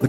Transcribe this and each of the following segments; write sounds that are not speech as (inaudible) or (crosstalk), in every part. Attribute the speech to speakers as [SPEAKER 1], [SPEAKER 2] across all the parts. [SPEAKER 1] The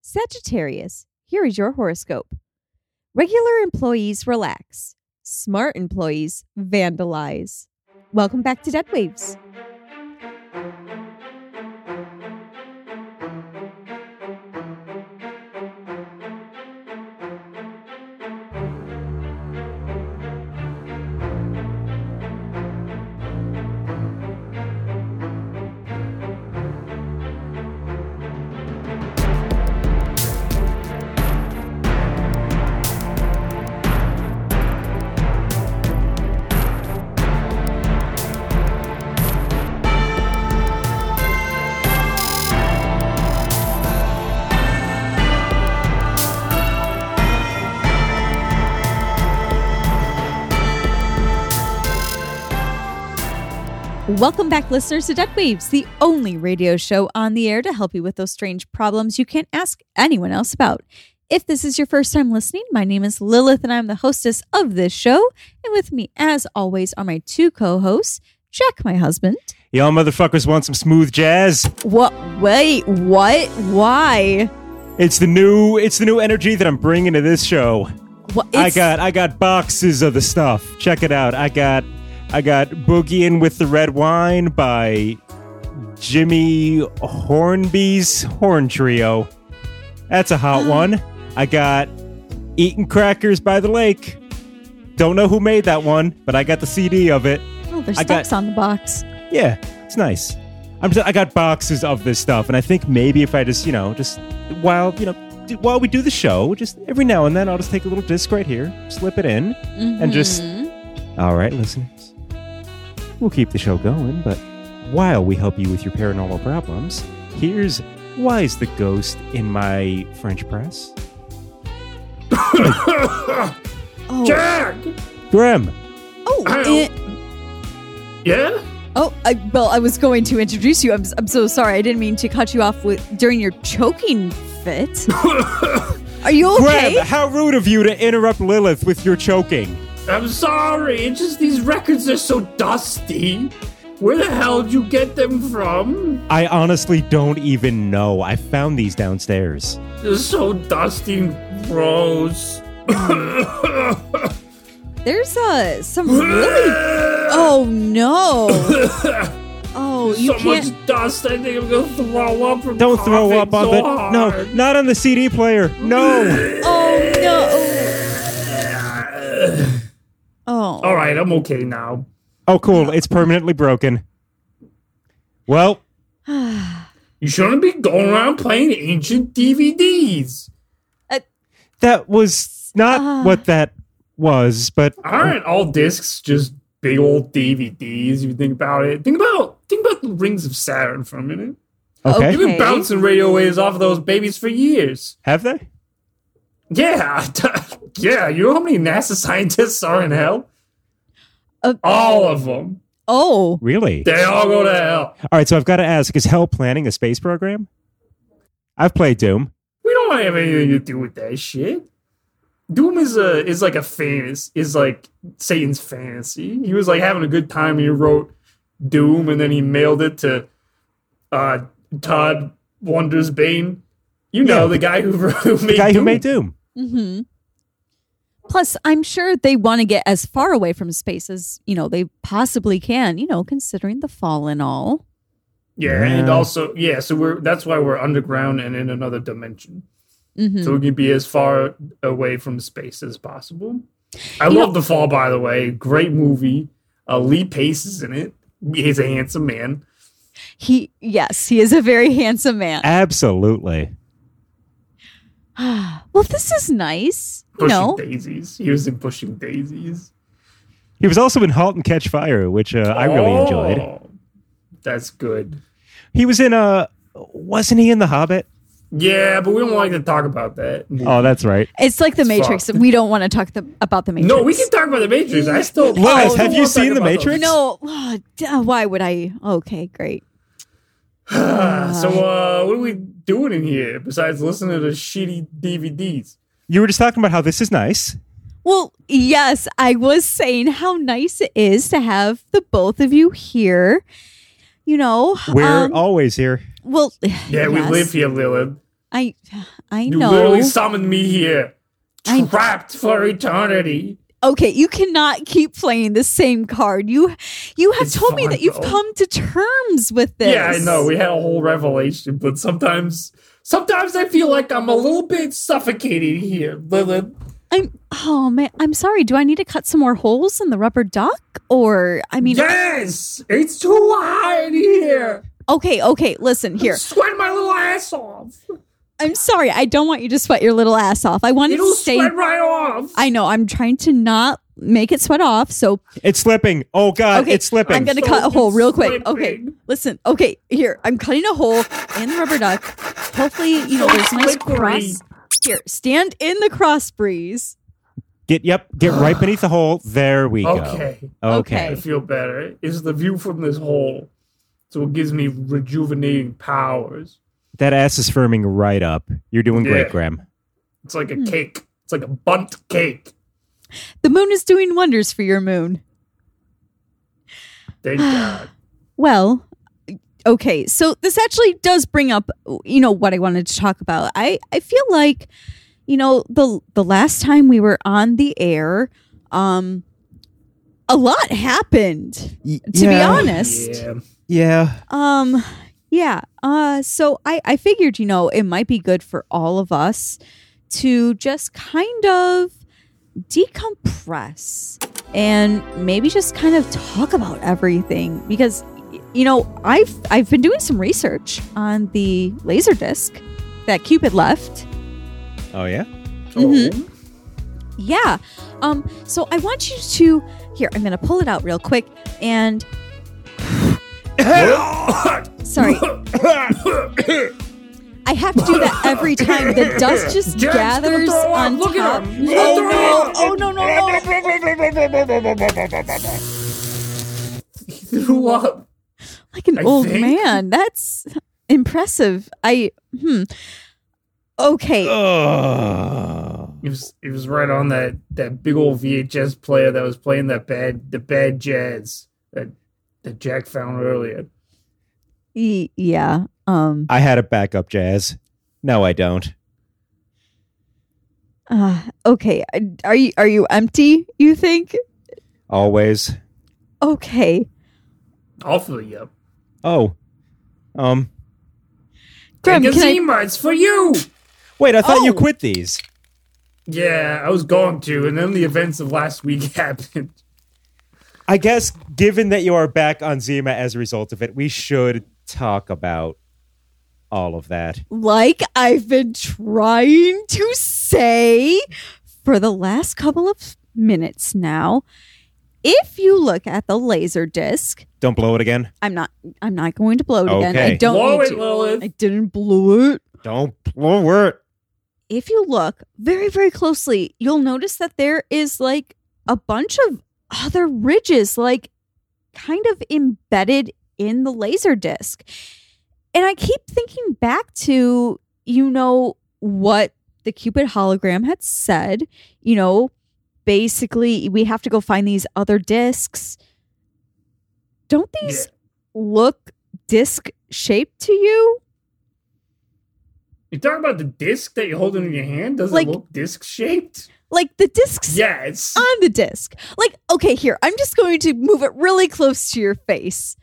[SPEAKER 2] Sagittarius, here is your horoscope. Regular employees relax, smart employees vandalize. Welcome back to Dead Waves. Welcome back, listeners, to Dead Waves, the only radio show on the air to help you with those strange problems you can't ask anyone else about. If this is your first time listening, my name is Lilith and I'm the hostess of this show. And with me, as always, are my two co hosts, Jack, my husband.
[SPEAKER 3] Y'all motherfuckers want some smooth jazz?
[SPEAKER 2] What? Wait, what? Why?
[SPEAKER 3] It's the new it's the new energy that I'm bringing to this show.
[SPEAKER 2] What,
[SPEAKER 3] I
[SPEAKER 2] it's-
[SPEAKER 3] got I got boxes of the stuff. Check it out. I got I got Boogieing with the Red Wine by Jimmy Hornby's Horn Trio. That's a hot one. I got Eating Crackers by the Lake. Don't know who made that one, but I got the CD of it.
[SPEAKER 2] Oh, there's
[SPEAKER 3] I got-
[SPEAKER 2] stocks on the box.
[SPEAKER 3] Yeah, it's nice. I'm just, I got boxes of this stuff, and I think maybe if I just, you know, just while you know, do, while we do the show, just every now and then, I'll just take a little disc right here, slip it in, and just. All right, listeners, we'll keep the show going, but while we help you with your paranormal problems, here's why is the ghost in my French press?
[SPEAKER 2] Oh,
[SPEAKER 4] Jack!
[SPEAKER 3] Grim.
[SPEAKER 2] oh,
[SPEAKER 4] Ow.
[SPEAKER 2] eh,
[SPEAKER 4] Yeah?
[SPEAKER 2] oh I, well, I was going to introduce you. I'm, s- I'm so sorry. I didn't mean to cut you off with, during your choking fit. Are you okay?
[SPEAKER 3] Grim, how rude of you to interrupt Lilith with your choking.
[SPEAKER 4] I'm sorry, it's just these records are so dusty. Where the hell did you get them from?
[SPEAKER 3] I honestly don't even know. I found these downstairs.
[SPEAKER 4] They're so dusty and gross.
[SPEAKER 2] There's uh, some really.
[SPEAKER 4] (laughs)
[SPEAKER 2] Oh, no. oh, you
[SPEAKER 4] so
[SPEAKER 2] can't.
[SPEAKER 4] much dust, I think I'm gonna throw up from
[SPEAKER 3] Don't throw
[SPEAKER 4] coughing
[SPEAKER 3] up on
[SPEAKER 4] so
[SPEAKER 3] the
[SPEAKER 4] hard.
[SPEAKER 3] no, not on the CD player. No.
[SPEAKER 2] Oh, no. Oh.
[SPEAKER 4] Alright, I'm okay now.
[SPEAKER 3] oh, cool. It's permanently broken. Well,
[SPEAKER 4] You shouldn't be going around playing ancient DVDs.
[SPEAKER 3] that was not what that was, but
[SPEAKER 4] Aren't all discs just big old DVDs if you think about it? Think about think about the rings of Saturn for a minute.
[SPEAKER 3] okay.
[SPEAKER 2] Okay.
[SPEAKER 4] They've been bouncing radio waves off of those babies for years.
[SPEAKER 3] Have they?
[SPEAKER 4] Yeah, (laughs) yeah. You know how many NASA scientists are in hell?
[SPEAKER 2] Uh,
[SPEAKER 4] All of them.
[SPEAKER 2] Oh.
[SPEAKER 3] Really?
[SPEAKER 4] They all go to hell.
[SPEAKER 3] All right, so I've got to ask is Hell planning a space program? I've played Doom.
[SPEAKER 4] We don't want to have anything to do with that shit. Doom is a is like a fantasy. Is like Satan's fantasy. He was like having a good time. and He wrote Doom, and then he mailed it to uh, Todd Wondersbane. You know
[SPEAKER 3] Yeah.
[SPEAKER 4] the guy who, wrote- who made
[SPEAKER 3] The guy who
[SPEAKER 4] Doom.
[SPEAKER 3] made Doom.
[SPEAKER 2] hmm Plus, I'm sure they want to get as far away from space as you know they possibly can. You know, considering the fall and all.
[SPEAKER 4] Yeah, and
[SPEAKER 3] Yeah.
[SPEAKER 4] also yeah, so we're that's why we're underground and in another dimension.
[SPEAKER 2] Mhm.
[SPEAKER 4] So we can be as far away from space as possible. I
[SPEAKER 2] You
[SPEAKER 4] love The Fall, by the way. Great movie. Uh, Lee Pace is in it. He's a handsome man.
[SPEAKER 2] He, yes, he is a very (laughs) handsome man.
[SPEAKER 3] Absolutely.
[SPEAKER 2] (gasps) well, this is nice. You
[SPEAKER 4] Pushing
[SPEAKER 2] know,
[SPEAKER 4] Daisies. He was in Pushing Daisies.
[SPEAKER 3] He was also in *Halt and Catch Fire*, which uh, I really enjoyed.
[SPEAKER 4] Oh, That's good.
[SPEAKER 3] He was in uh wasn't he in *The Hobbit*?
[SPEAKER 4] Yeah, but we don't like to talk about that.
[SPEAKER 3] Oh, that's right.
[SPEAKER 2] it's like the Matrix. We don't want to talk the, about the Matrix.
[SPEAKER 4] no, we can talk about The Matrix. I still.
[SPEAKER 3] Lewis,
[SPEAKER 4] I still
[SPEAKER 3] have you
[SPEAKER 4] wanna
[SPEAKER 3] seen
[SPEAKER 4] talk
[SPEAKER 3] The
[SPEAKER 4] about those.
[SPEAKER 3] Matrix?
[SPEAKER 2] No, oh, d- why would I? Okay, great.
[SPEAKER 4] Ah, so, uh, what are we doing in here besides listening to shitty DVDs?
[SPEAKER 3] You were just talking about how this is nice.
[SPEAKER 2] Well, yes, I was saying how nice it is to have the both of you here. You know,
[SPEAKER 3] We're
[SPEAKER 2] um,
[SPEAKER 3] always here.
[SPEAKER 2] well. (sighs)
[SPEAKER 4] Yeah, we
[SPEAKER 2] yes.
[SPEAKER 4] live here, Lilith.
[SPEAKER 2] I, I
[SPEAKER 4] You
[SPEAKER 2] know.
[SPEAKER 4] literally summoned me here,
[SPEAKER 2] I-
[SPEAKER 4] trapped for eternity.
[SPEAKER 2] Okay, you cannot keep playing the same card. You, you have
[SPEAKER 4] It's
[SPEAKER 2] told me
[SPEAKER 4] fine,
[SPEAKER 2] that you've
[SPEAKER 4] though.
[SPEAKER 2] come to terms with this.
[SPEAKER 4] Yeah, I know. We had a whole revelation, but sometimes, sometimes I feel like I'm a little bit suffocated here, Lilith.
[SPEAKER 2] I'm. Oh man, I'm sorry. Do I need to cut some more holes in the rubber duck? Or I mean,
[SPEAKER 4] yes, it's too hot in here.
[SPEAKER 2] okay, okay. Listen here.
[SPEAKER 4] Sweat my little ass off.
[SPEAKER 2] I'm sorry. I don't want you to sweat your little ass off. I want it
[SPEAKER 4] It'll
[SPEAKER 2] to stay.
[SPEAKER 4] sweat right off.
[SPEAKER 2] I know. I'm trying to not make it sweat off. So
[SPEAKER 3] It's slipping. Oh God,
[SPEAKER 2] okay,
[SPEAKER 3] it's slipping.
[SPEAKER 2] I'm gonna
[SPEAKER 4] Uh, So
[SPEAKER 2] cut a hole
[SPEAKER 4] it's
[SPEAKER 2] real quick.
[SPEAKER 4] slipping.
[SPEAKER 2] Okay, listen. Okay, here I'm cutting a hole in the rubber duck. Hopefully, you know
[SPEAKER 4] So
[SPEAKER 2] there's a nice
[SPEAKER 4] slippery.
[SPEAKER 2] cross. Here, stand in the cross breeze.
[SPEAKER 3] Get yep, get right beneath the hole. There we
[SPEAKER 4] okay,
[SPEAKER 3] go. Okay.
[SPEAKER 4] I
[SPEAKER 2] Okay.
[SPEAKER 4] feel better. It's the view from this hole, so it gives me rejuvenating powers.
[SPEAKER 3] That ass is firming right up. You're doing
[SPEAKER 4] Yeah.
[SPEAKER 3] great, Graham.
[SPEAKER 4] It's like a
[SPEAKER 2] Hmm.
[SPEAKER 4] cake. It's like a bunt cake.
[SPEAKER 2] The moon is doing wonders for your moon. (gasps)
[SPEAKER 4] Thank God.
[SPEAKER 2] Well, okay. So this actually does bring up, you know, what I wanted to talk about. I I feel like, you know, the the last time we were on the air, um, a lot happened. To be honest,
[SPEAKER 4] Yeah.
[SPEAKER 3] Yeah.
[SPEAKER 2] um, yeah. Uh, so I I figured, you know, it might be good for all of us to just kind of decompress and maybe just kind of talk about everything because y- you know I've I've been doing some research on the laser disc that Cupid left.
[SPEAKER 3] Oh yeah.
[SPEAKER 2] Mhm. Yeah. Um so I want you to here I'm going to pull it out real quick and
[SPEAKER 4] Oh.
[SPEAKER 2] sorry
[SPEAKER 4] (laughs)
[SPEAKER 2] I have to do that every time the dust just
[SPEAKER 4] Jen's gonna
[SPEAKER 2] gathers
[SPEAKER 4] throw up.
[SPEAKER 2] on
[SPEAKER 4] Look at
[SPEAKER 2] top.
[SPEAKER 4] her. She's gonna
[SPEAKER 2] Oh
[SPEAKER 4] throw
[SPEAKER 2] no.
[SPEAKER 4] up.
[SPEAKER 2] Oh no no no.
[SPEAKER 4] threw up.
[SPEAKER 2] like an
[SPEAKER 4] I
[SPEAKER 2] old
[SPEAKER 4] think.
[SPEAKER 2] man. That's impressive. I hmm. Okay.
[SPEAKER 4] Uh.
[SPEAKER 3] Oh.
[SPEAKER 4] It was it was right on that that big old VHS player that was playing that bad the bad jazz that that Jack found earlier.
[SPEAKER 2] E- yeah. Um.
[SPEAKER 3] I had a backup jazz. No, I don't.
[SPEAKER 2] Uh, okay. I- Are you are you empty? You think?
[SPEAKER 3] Always.
[SPEAKER 2] Okay.
[SPEAKER 4] I'll fill you up.
[SPEAKER 3] Oh. Um.
[SPEAKER 2] Graham,
[SPEAKER 4] Take a
[SPEAKER 2] can I-
[SPEAKER 4] Zima, it's for you.
[SPEAKER 3] Wait, I thought you
[SPEAKER 2] Oh.
[SPEAKER 3] quit these.
[SPEAKER 4] Yeah, I was going to, and then the events of last week (laughs) happened.
[SPEAKER 3] I guess, given that you are back on Zima as a result of it, we should talk about all of that.
[SPEAKER 2] Like I've been trying to say for the last couple of minutes now. If you look at the laser disc,
[SPEAKER 3] Don't blow it again.
[SPEAKER 2] I'm not. I'm not going to blow it again. I
[SPEAKER 3] Okay.
[SPEAKER 2] don't
[SPEAKER 4] Blow
[SPEAKER 2] need
[SPEAKER 4] it,
[SPEAKER 2] to.
[SPEAKER 4] Lilith.
[SPEAKER 2] I didn't blow it.
[SPEAKER 3] Don't blow it.
[SPEAKER 2] if you look very, very closely, you'll notice that there is like a bunch of other ridges, like kind of embedded in the laser disc. And I keep thinking back to, you know, what the Cupid hologram had said, you know, basically we have to go find these other discs. Don't these look disc shaped to you?
[SPEAKER 4] You talking about the disc that you're holding in your hand? Does
[SPEAKER 2] Like- Uh,
[SPEAKER 4] it look disc shaped?
[SPEAKER 2] Like the discs
[SPEAKER 4] Yes.
[SPEAKER 2] on the disc. Like, okay, here, I'm just going to move it really close to your face.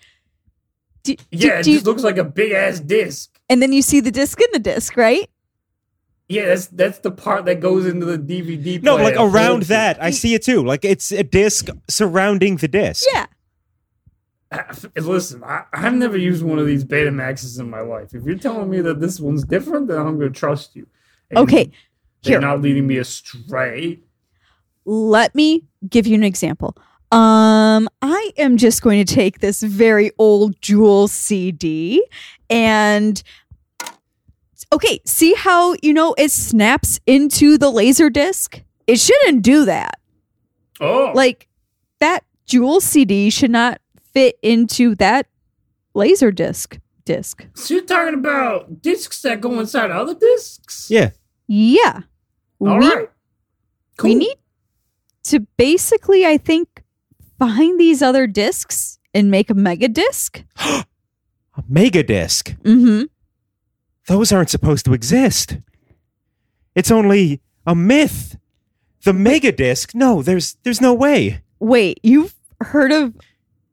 [SPEAKER 2] Do, do-
[SPEAKER 4] Yeah, it
[SPEAKER 2] do you-
[SPEAKER 4] just looks like a big ass disc.
[SPEAKER 2] and then you see the disc in the disc, right?
[SPEAKER 4] Yeah, that's that's the part that goes into the DVD.
[SPEAKER 3] No, like
[SPEAKER 4] player.
[SPEAKER 3] around that, I see it too. Like it's a disc surrounding the disc.
[SPEAKER 2] Yeah.
[SPEAKER 4] Uh, Listen, I, I've never used one of these Betamaxes in my life. If you're telling me that this one's different, then I'm going to trust you. And
[SPEAKER 2] Okay.
[SPEAKER 4] You're
[SPEAKER 2] Here,
[SPEAKER 4] not leading me astray.
[SPEAKER 2] let me give you an example. Um, I am just going to take this very old jewel CD and okay, see how you know it snaps into the laser disc? It shouldn't do that.
[SPEAKER 3] (laughs)
[SPEAKER 4] Oh,
[SPEAKER 2] Like that jewel CD should not fit into that laser disc disc.
[SPEAKER 4] so you're talking about discs that go inside other discs?
[SPEAKER 3] Yeah.
[SPEAKER 2] Yeah.
[SPEAKER 4] All
[SPEAKER 2] we,
[SPEAKER 4] right.
[SPEAKER 2] we
[SPEAKER 4] Cool.
[SPEAKER 2] need to basically, I think, find these other discs and make a mega disc.
[SPEAKER 3] A mega disc.
[SPEAKER 2] Mm-hmm.
[SPEAKER 3] Those aren't supposed to exist. It's only a myth. The mega disc. No, there's there's no way.
[SPEAKER 2] Wait, you've heard of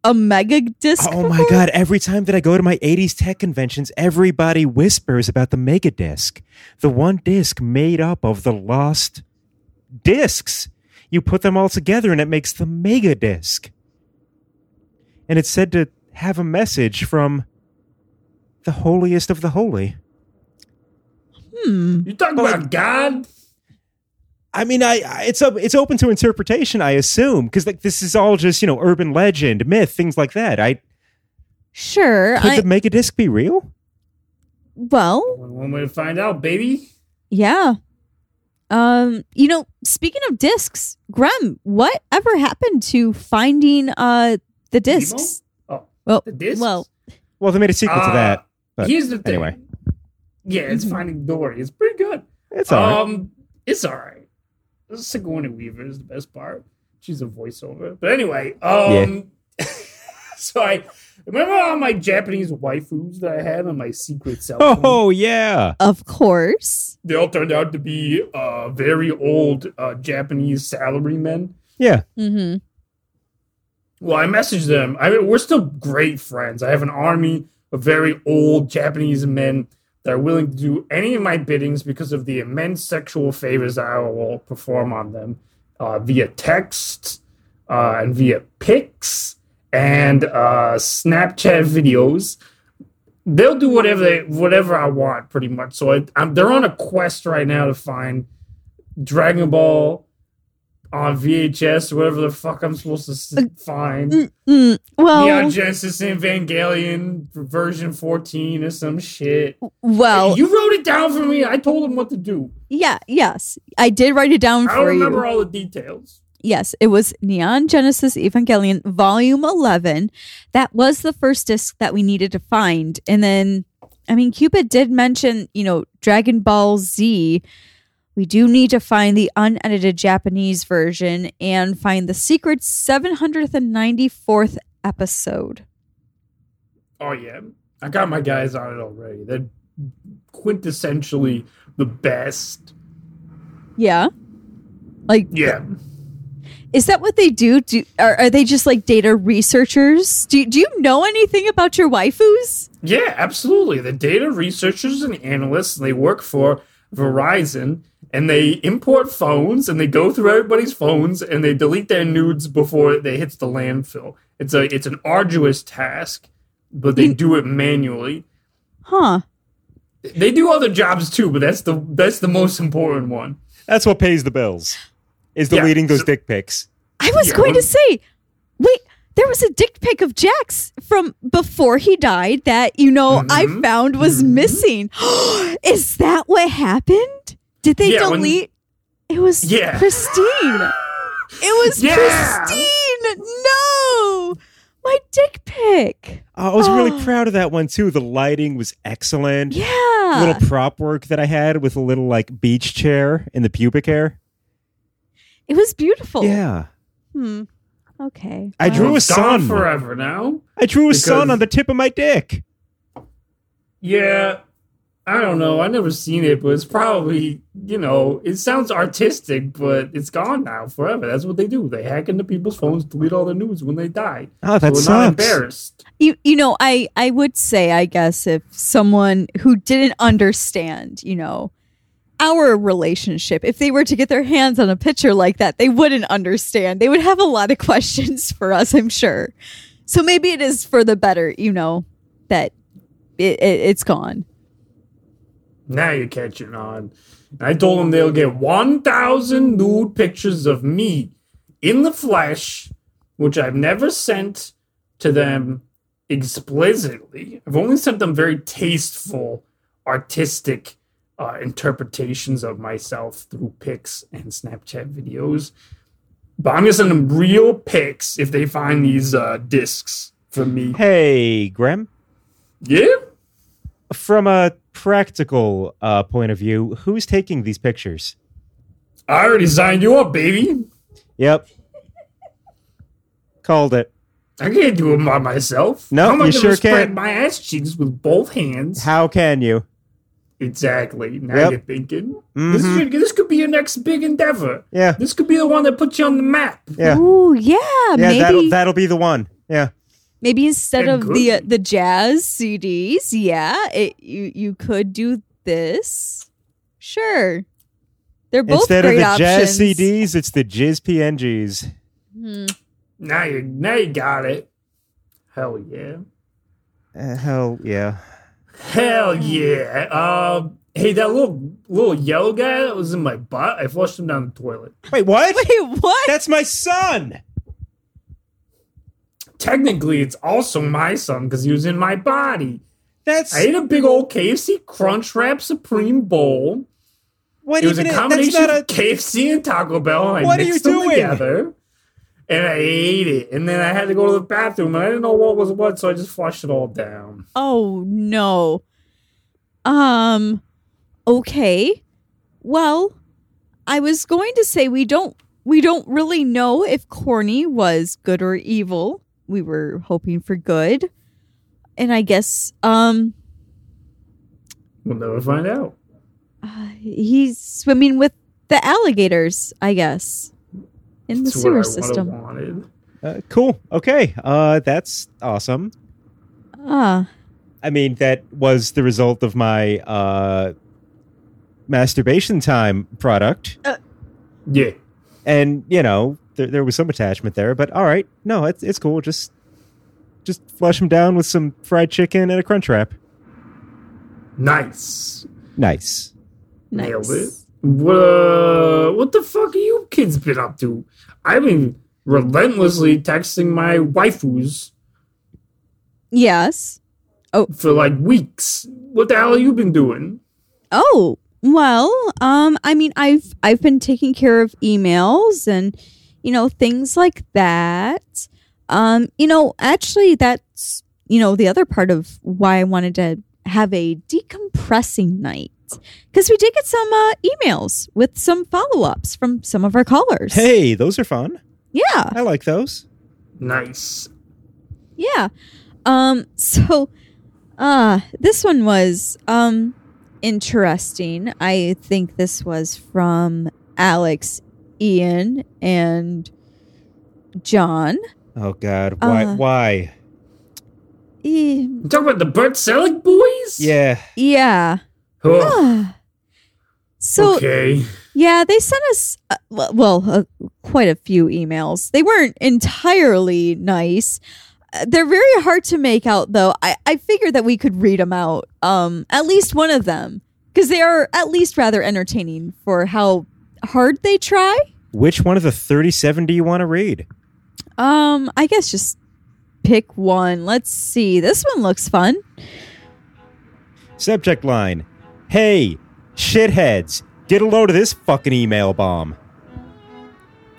[SPEAKER 2] a mega disc?
[SPEAKER 3] Oh my
[SPEAKER 2] before?
[SPEAKER 3] god, every time that I go to my 80s tech conventions, everybody whispers about the mega disc. The one disc made up of the lost discs. You put them all together and it makes the mega disc. And it's said to have a message from the holiest of the holy.
[SPEAKER 2] Hmm.
[SPEAKER 4] You're talking about God?
[SPEAKER 3] I mean, I, I it's up, it's open to interpretation, I assume, because like this is all just you know urban legend, myth, things like that. I
[SPEAKER 2] Sure.
[SPEAKER 3] could
[SPEAKER 2] I,
[SPEAKER 3] the mega disc be real?
[SPEAKER 2] well,
[SPEAKER 4] Only One way to find out, baby.
[SPEAKER 2] yeah. Um, you know, speaking of discs, Grem, whatever happened to finding uh the discs?
[SPEAKER 4] Oh,
[SPEAKER 2] Well,
[SPEAKER 4] the discs.
[SPEAKER 2] well,
[SPEAKER 3] Well, they made a sequel to
[SPEAKER 4] Uh,
[SPEAKER 3] that. but
[SPEAKER 4] Here's the thing.
[SPEAKER 3] anyway.
[SPEAKER 4] Yeah, it's Finding Dory. It's pretty good.
[SPEAKER 3] It's all right.
[SPEAKER 4] um, it's all right. Sigourney Weaver is the best part. She's a voiceover. But anyway, um, (laughs) so I remember all my Japanese waifus that I had on my secret cell
[SPEAKER 3] (laughs)
[SPEAKER 4] phone.
[SPEAKER 3] Oh yeah,
[SPEAKER 2] of course.
[SPEAKER 4] They all turned out to be uh, very old uh, Japanese salarymen.
[SPEAKER 3] yeah.
[SPEAKER 2] Mm-hmm.
[SPEAKER 4] Well, I messaged them. I mean, we're still great friends. I have an army of very old Japanese men that are willing to do any of my biddings because of the immense sexual favors that I will perform on them uh, via text uh, and via pics and uh, Snapchat videos. They'll do whatever they, whatever I want, pretty much. So I, I'm, they're on a quest right now to find Dragon Ball on VHS, whatever the fuck I'm supposed to s- find.
[SPEAKER 2] Mm, well,
[SPEAKER 4] Neon Genesis Evangelion version 14 or some shit.
[SPEAKER 2] well,
[SPEAKER 4] you wrote it down for me. I told him what to do.
[SPEAKER 2] Yeah, yes. I did write it down
[SPEAKER 4] I don't
[SPEAKER 2] for
[SPEAKER 4] remember
[SPEAKER 2] you.
[SPEAKER 4] all the details.
[SPEAKER 2] Yes, it was Neon Genesis Evangelion Volume 11. That was the first disc that we needed to find. And then, I mean, Cupid did mention, you know, Dragon Ball Z. We do need to find the unedited Japanese version and find the secret 794th episode.
[SPEAKER 4] Oh, yeah. I got my guys on it already. They're quintessentially the best.
[SPEAKER 2] Yeah. Like,
[SPEAKER 4] Yeah.
[SPEAKER 2] Is that what they do? Do are, are they just like data researchers? Do do you know anything about your waifus?
[SPEAKER 4] Yeah, absolutely. The data researchers and analysts, and they work for Verizon, and they import phones, and they go through everybody's phones, and they delete their nudes before they hits the landfill. It's a it's an arduous task, but they do it manually.
[SPEAKER 2] Huh?
[SPEAKER 4] They do other jobs too, but that's the that's the most important one.
[SPEAKER 3] That's what pays the bills. Is
[SPEAKER 4] Yeah,
[SPEAKER 3] deleting those
[SPEAKER 4] so-
[SPEAKER 3] dick pics.
[SPEAKER 2] I was
[SPEAKER 4] Yeah,
[SPEAKER 2] going to
[SPEAKER 4] I'm-
[SPEAKER 2] say, wait, there was a dick pic of Jax from before he died that you know I
[SPEAKER 4] Mhm.
[SPEAKER 2] found was missing. (gasps) Is that what happened? Did they
[SPEAKER 4] Yeah, when-
[SPEAKER 2] delete? It was
[SPEAKER 4] Yeah.
[SPEAKER 2] pristine.
[SPEAKER 4] (gasps)
[SPEAKER 2] It was
[SPEAKER 4] Yeah.
[SPEAKER 2] pristine. No, my dick pic.
[SPEAKER 3] Oh, I was really
[SPEAKER 2] Oh.
[SPEAKER 3] proud of that one too. The lighting was excellent.
[SPEAKER 2] Yeah,
[SPEAKER 3] Little prop work that I had with a little like beach chair in the pubic hair.
[SPEAKER 2] it was beautiful.
[SPEAKER 3] Yeah,
[SPEAKER 2] Hmm. Okay.
[SPEAKER 3] I drew
[SPEAKER 4] Well,
[SPEAKER 3] a
[SPEAKER 4] it's gone
[SPEAKER 3] sun.
[SPEAKER 4] forever now.
[SPEAKER 3] I drew a
[SPEAKER 4] Because-
[SPEAKER 3] sun on the tip of my dick.
[SPEAKER 4] Yeah, I don't know. I never seen it, but it's probably you know it sounds artistic, but it's gone now forever. That's what they do. They hack into people's phones, delete all the news when they die.
[SPEAKER 3] Oh, that
[SPEAKER 4] so we're
[SPEAKER 3] sucks.
[SPEAKER 4] not embarrassed.
[SPEAKER 2] You you know, I I would say I guess if someone who didn't understand, you know, our relationship, if they were to get their hands on a picture like that, they wouldn't understand. They would have a lot of (laughs) questions for us, I'm sure. So maybe it is for the better, you know, that it, it it's gone.
[SPEAKER 4] Now you're catching on. I told them they'll get one thousand nude pictures of me in the flesh, which I've never sent to them explicitly. I've only sent them very tasteful, artistic uh, interpretations of myself through pics and Snapchat videos. But I'm gonna send them real pics if they find these uh, discs from me.
[SPEAKER 3] Hey, Graham.
[SPEAKER 4] Yeah,
[SPEAKER 3] From a practical uh, point of view, who's taking these pictures?
[SPEAKER 4] I already signed you up, baby.
[SPEAKER 3] Yep. Called it.
[SPEAKER 4] I can't do it by myself.
[SPEAKER 3] No,
[SPEAKER 4] How am I
[SPEAKER 3] you
[SPEAKER 4] gonna
[SPEAKER 3] sure
[SPEAKER 4] spread
[SPEAKER 3] can't.
[SPEAKER 4] my ass cheeks with both hands?
[SPEAKER 3] How can you?
[SPEAKER 4] exactly. Now
[SPEAKER 3] Yep.
[SPEAKER 4] you're thinking this
[SPEAKER 3] Mhm.
[SPEAKER 4] should, this could be your next big endeavor.
[SPEAKER 3] Yeah.
[SPEAKER 4] This could be the one that puts you on the map.
[SPEAKER 3] Yeah.
[SPEAKER 2] Ooh, yeah,
[SPEAKER 3] Yeah, that'll,
[SPEAKER 2] maybe
[SPEAKER 3] that'll be the one. Yeah.
[SPEAKER 2] maybe instead
[SPEAKER 4] That
[SPEAKER 2] of
[SPEAKER 4] could
[SPEAKER 2] the uh,
[SPEAKER 4] be.
[SPEAKER 2] the jazz CDs, yeah, it, you you could do this. Sure, they're both
[SPEAKER 3] Instead of
[SPEAKER 2] great
[SPEAKER 3] the
[SPEAKER 2] options.
[SPEAKER 3] jazz CDs, it's the jizz PNGs.
[SPEAKER 2] Hmm.
[SPEAKER 4] Now you now you got it. Hell yeah.
[SPEAKER 3] Uh, hell yeah.
[SPEAKER 4] Hell yeah. Uh, hey, that little little yellow guy that was in my butt, I flushed him down the toilet.
[SPEAKER 3] Wait, what?
[SPEAKER 2] (laughs) Wait, what?
[SPEAKER 3] (laughs) That's my son.
[SPEAKER 4] Technically, it's also my son because he was in my body.
[SPEAKER 3] That's
[SPEAKER 4] I ate a big old KFC Crunchwrap Supreme Bowl.
[SPEAKER 3] what
[SPEAKER 4] It was
[SPEAKER 3] even
[SPEAKER 4] a
[SPEAKER 3] is-
[SPEAKER 4] combination
[SPEAKER 3] that's not a
[SPEAKER 4] of KFC and Taco Bell. And
[SPEAKER 3] What are
[SPEAKER 4] I
[SPEAKER 3] you
[SPEAKER 4] mixed them
[SPEAKER 3] doing?
[SPEAKER 4] together, and I ate it. And then I had to go to the bathroom, and I didn't know what was what, so I just flushed it all down.
[SPEAKER 2] Oh no. Um okay. Well, I was going to say we don't we don't really know if Corny was good or evil. We were hoping for good. And I guess um
[SPEAKER 4] We'll never find out.
[SPEAKER 2] uh, he's swimming with the alligators, I guess. In the
[SPEAKER 4] That's
[SPEAKER 2] sewer
[SPEAKER 4] what I
[SPEAKER 2] system.
[SPEAKER 4] would've wanted.
[SPEAKER 3] uh, cool. Okay. Uh that's awesome.
[SPEAKER 2] Ah.
[SPEAKER 3] I mean, that was the result of my uh masturbation time product.
[SPEAKER 4] Yeah.
[SPEAKER 3] and you know there, there was some attachment there but all right no it's, it's cool just just flush them down with some fried chicken and a crunch wrap
[SPEAKER 4] Nice.
[SPEAKER 3] nice
[SPEAKER 2] Nice.
[SPEAKER 4] Nailed it. What, uh, what the fuck have you kids been up to? I've been relentlessly texting my waifus
[SPEAKER 2] Yes.
[SPEAKER 4] for like weeks. What the hell have you been doing?
[SPEAKER 2] Oh, well, um I mean I've I've been taking care of emails and you know things like that. Um you know, actually that's you know the other part of why I wanted to have a decompressing night cuz we did get some uh, emails with some follow-ups from some of our callers.
[SPEAKER 3] hey those are fun
[SPEAKER 2] Yeah.
[SPEAKER 3] i like those
[SPEAKER 4] Nice.
[SPEAKER 2] Yeah. Um (laughs) so uh this one was um interesting. I think this was from Alex, Ian and John.
[SPEAKER 3] oh god why
[SPEAKER 2] Uh.
[SPEAKER 3] why
[SPEAKER 2] Eh,
[SPEAKER 4] You talking about the Bert Selig boys?
[SPEAKER 3] yeah
[SPEAKER 2] Yeah.
[SPEAKER 4] Oh,
[SPEAKER 2] Ah. So
[SPEAKER 4] okay.
[SPEAKER 2] Yeah, they sent us, uh, w- well, uh, quite a few emails. They weren't entirely nice. Uh, They're very hard to make out, though. I, I figured that we could read them out, um, at least one of them, because they are at least rather entertaining for how hard they try.
[SPEAKER 3] which one of the 37 do you want to read
[SPEAKER 2] Um, I guess just pick one. Let's see. This one looks fun.
[SPEAKER 3] subject line hey shitheads get a load of this fucking email bomb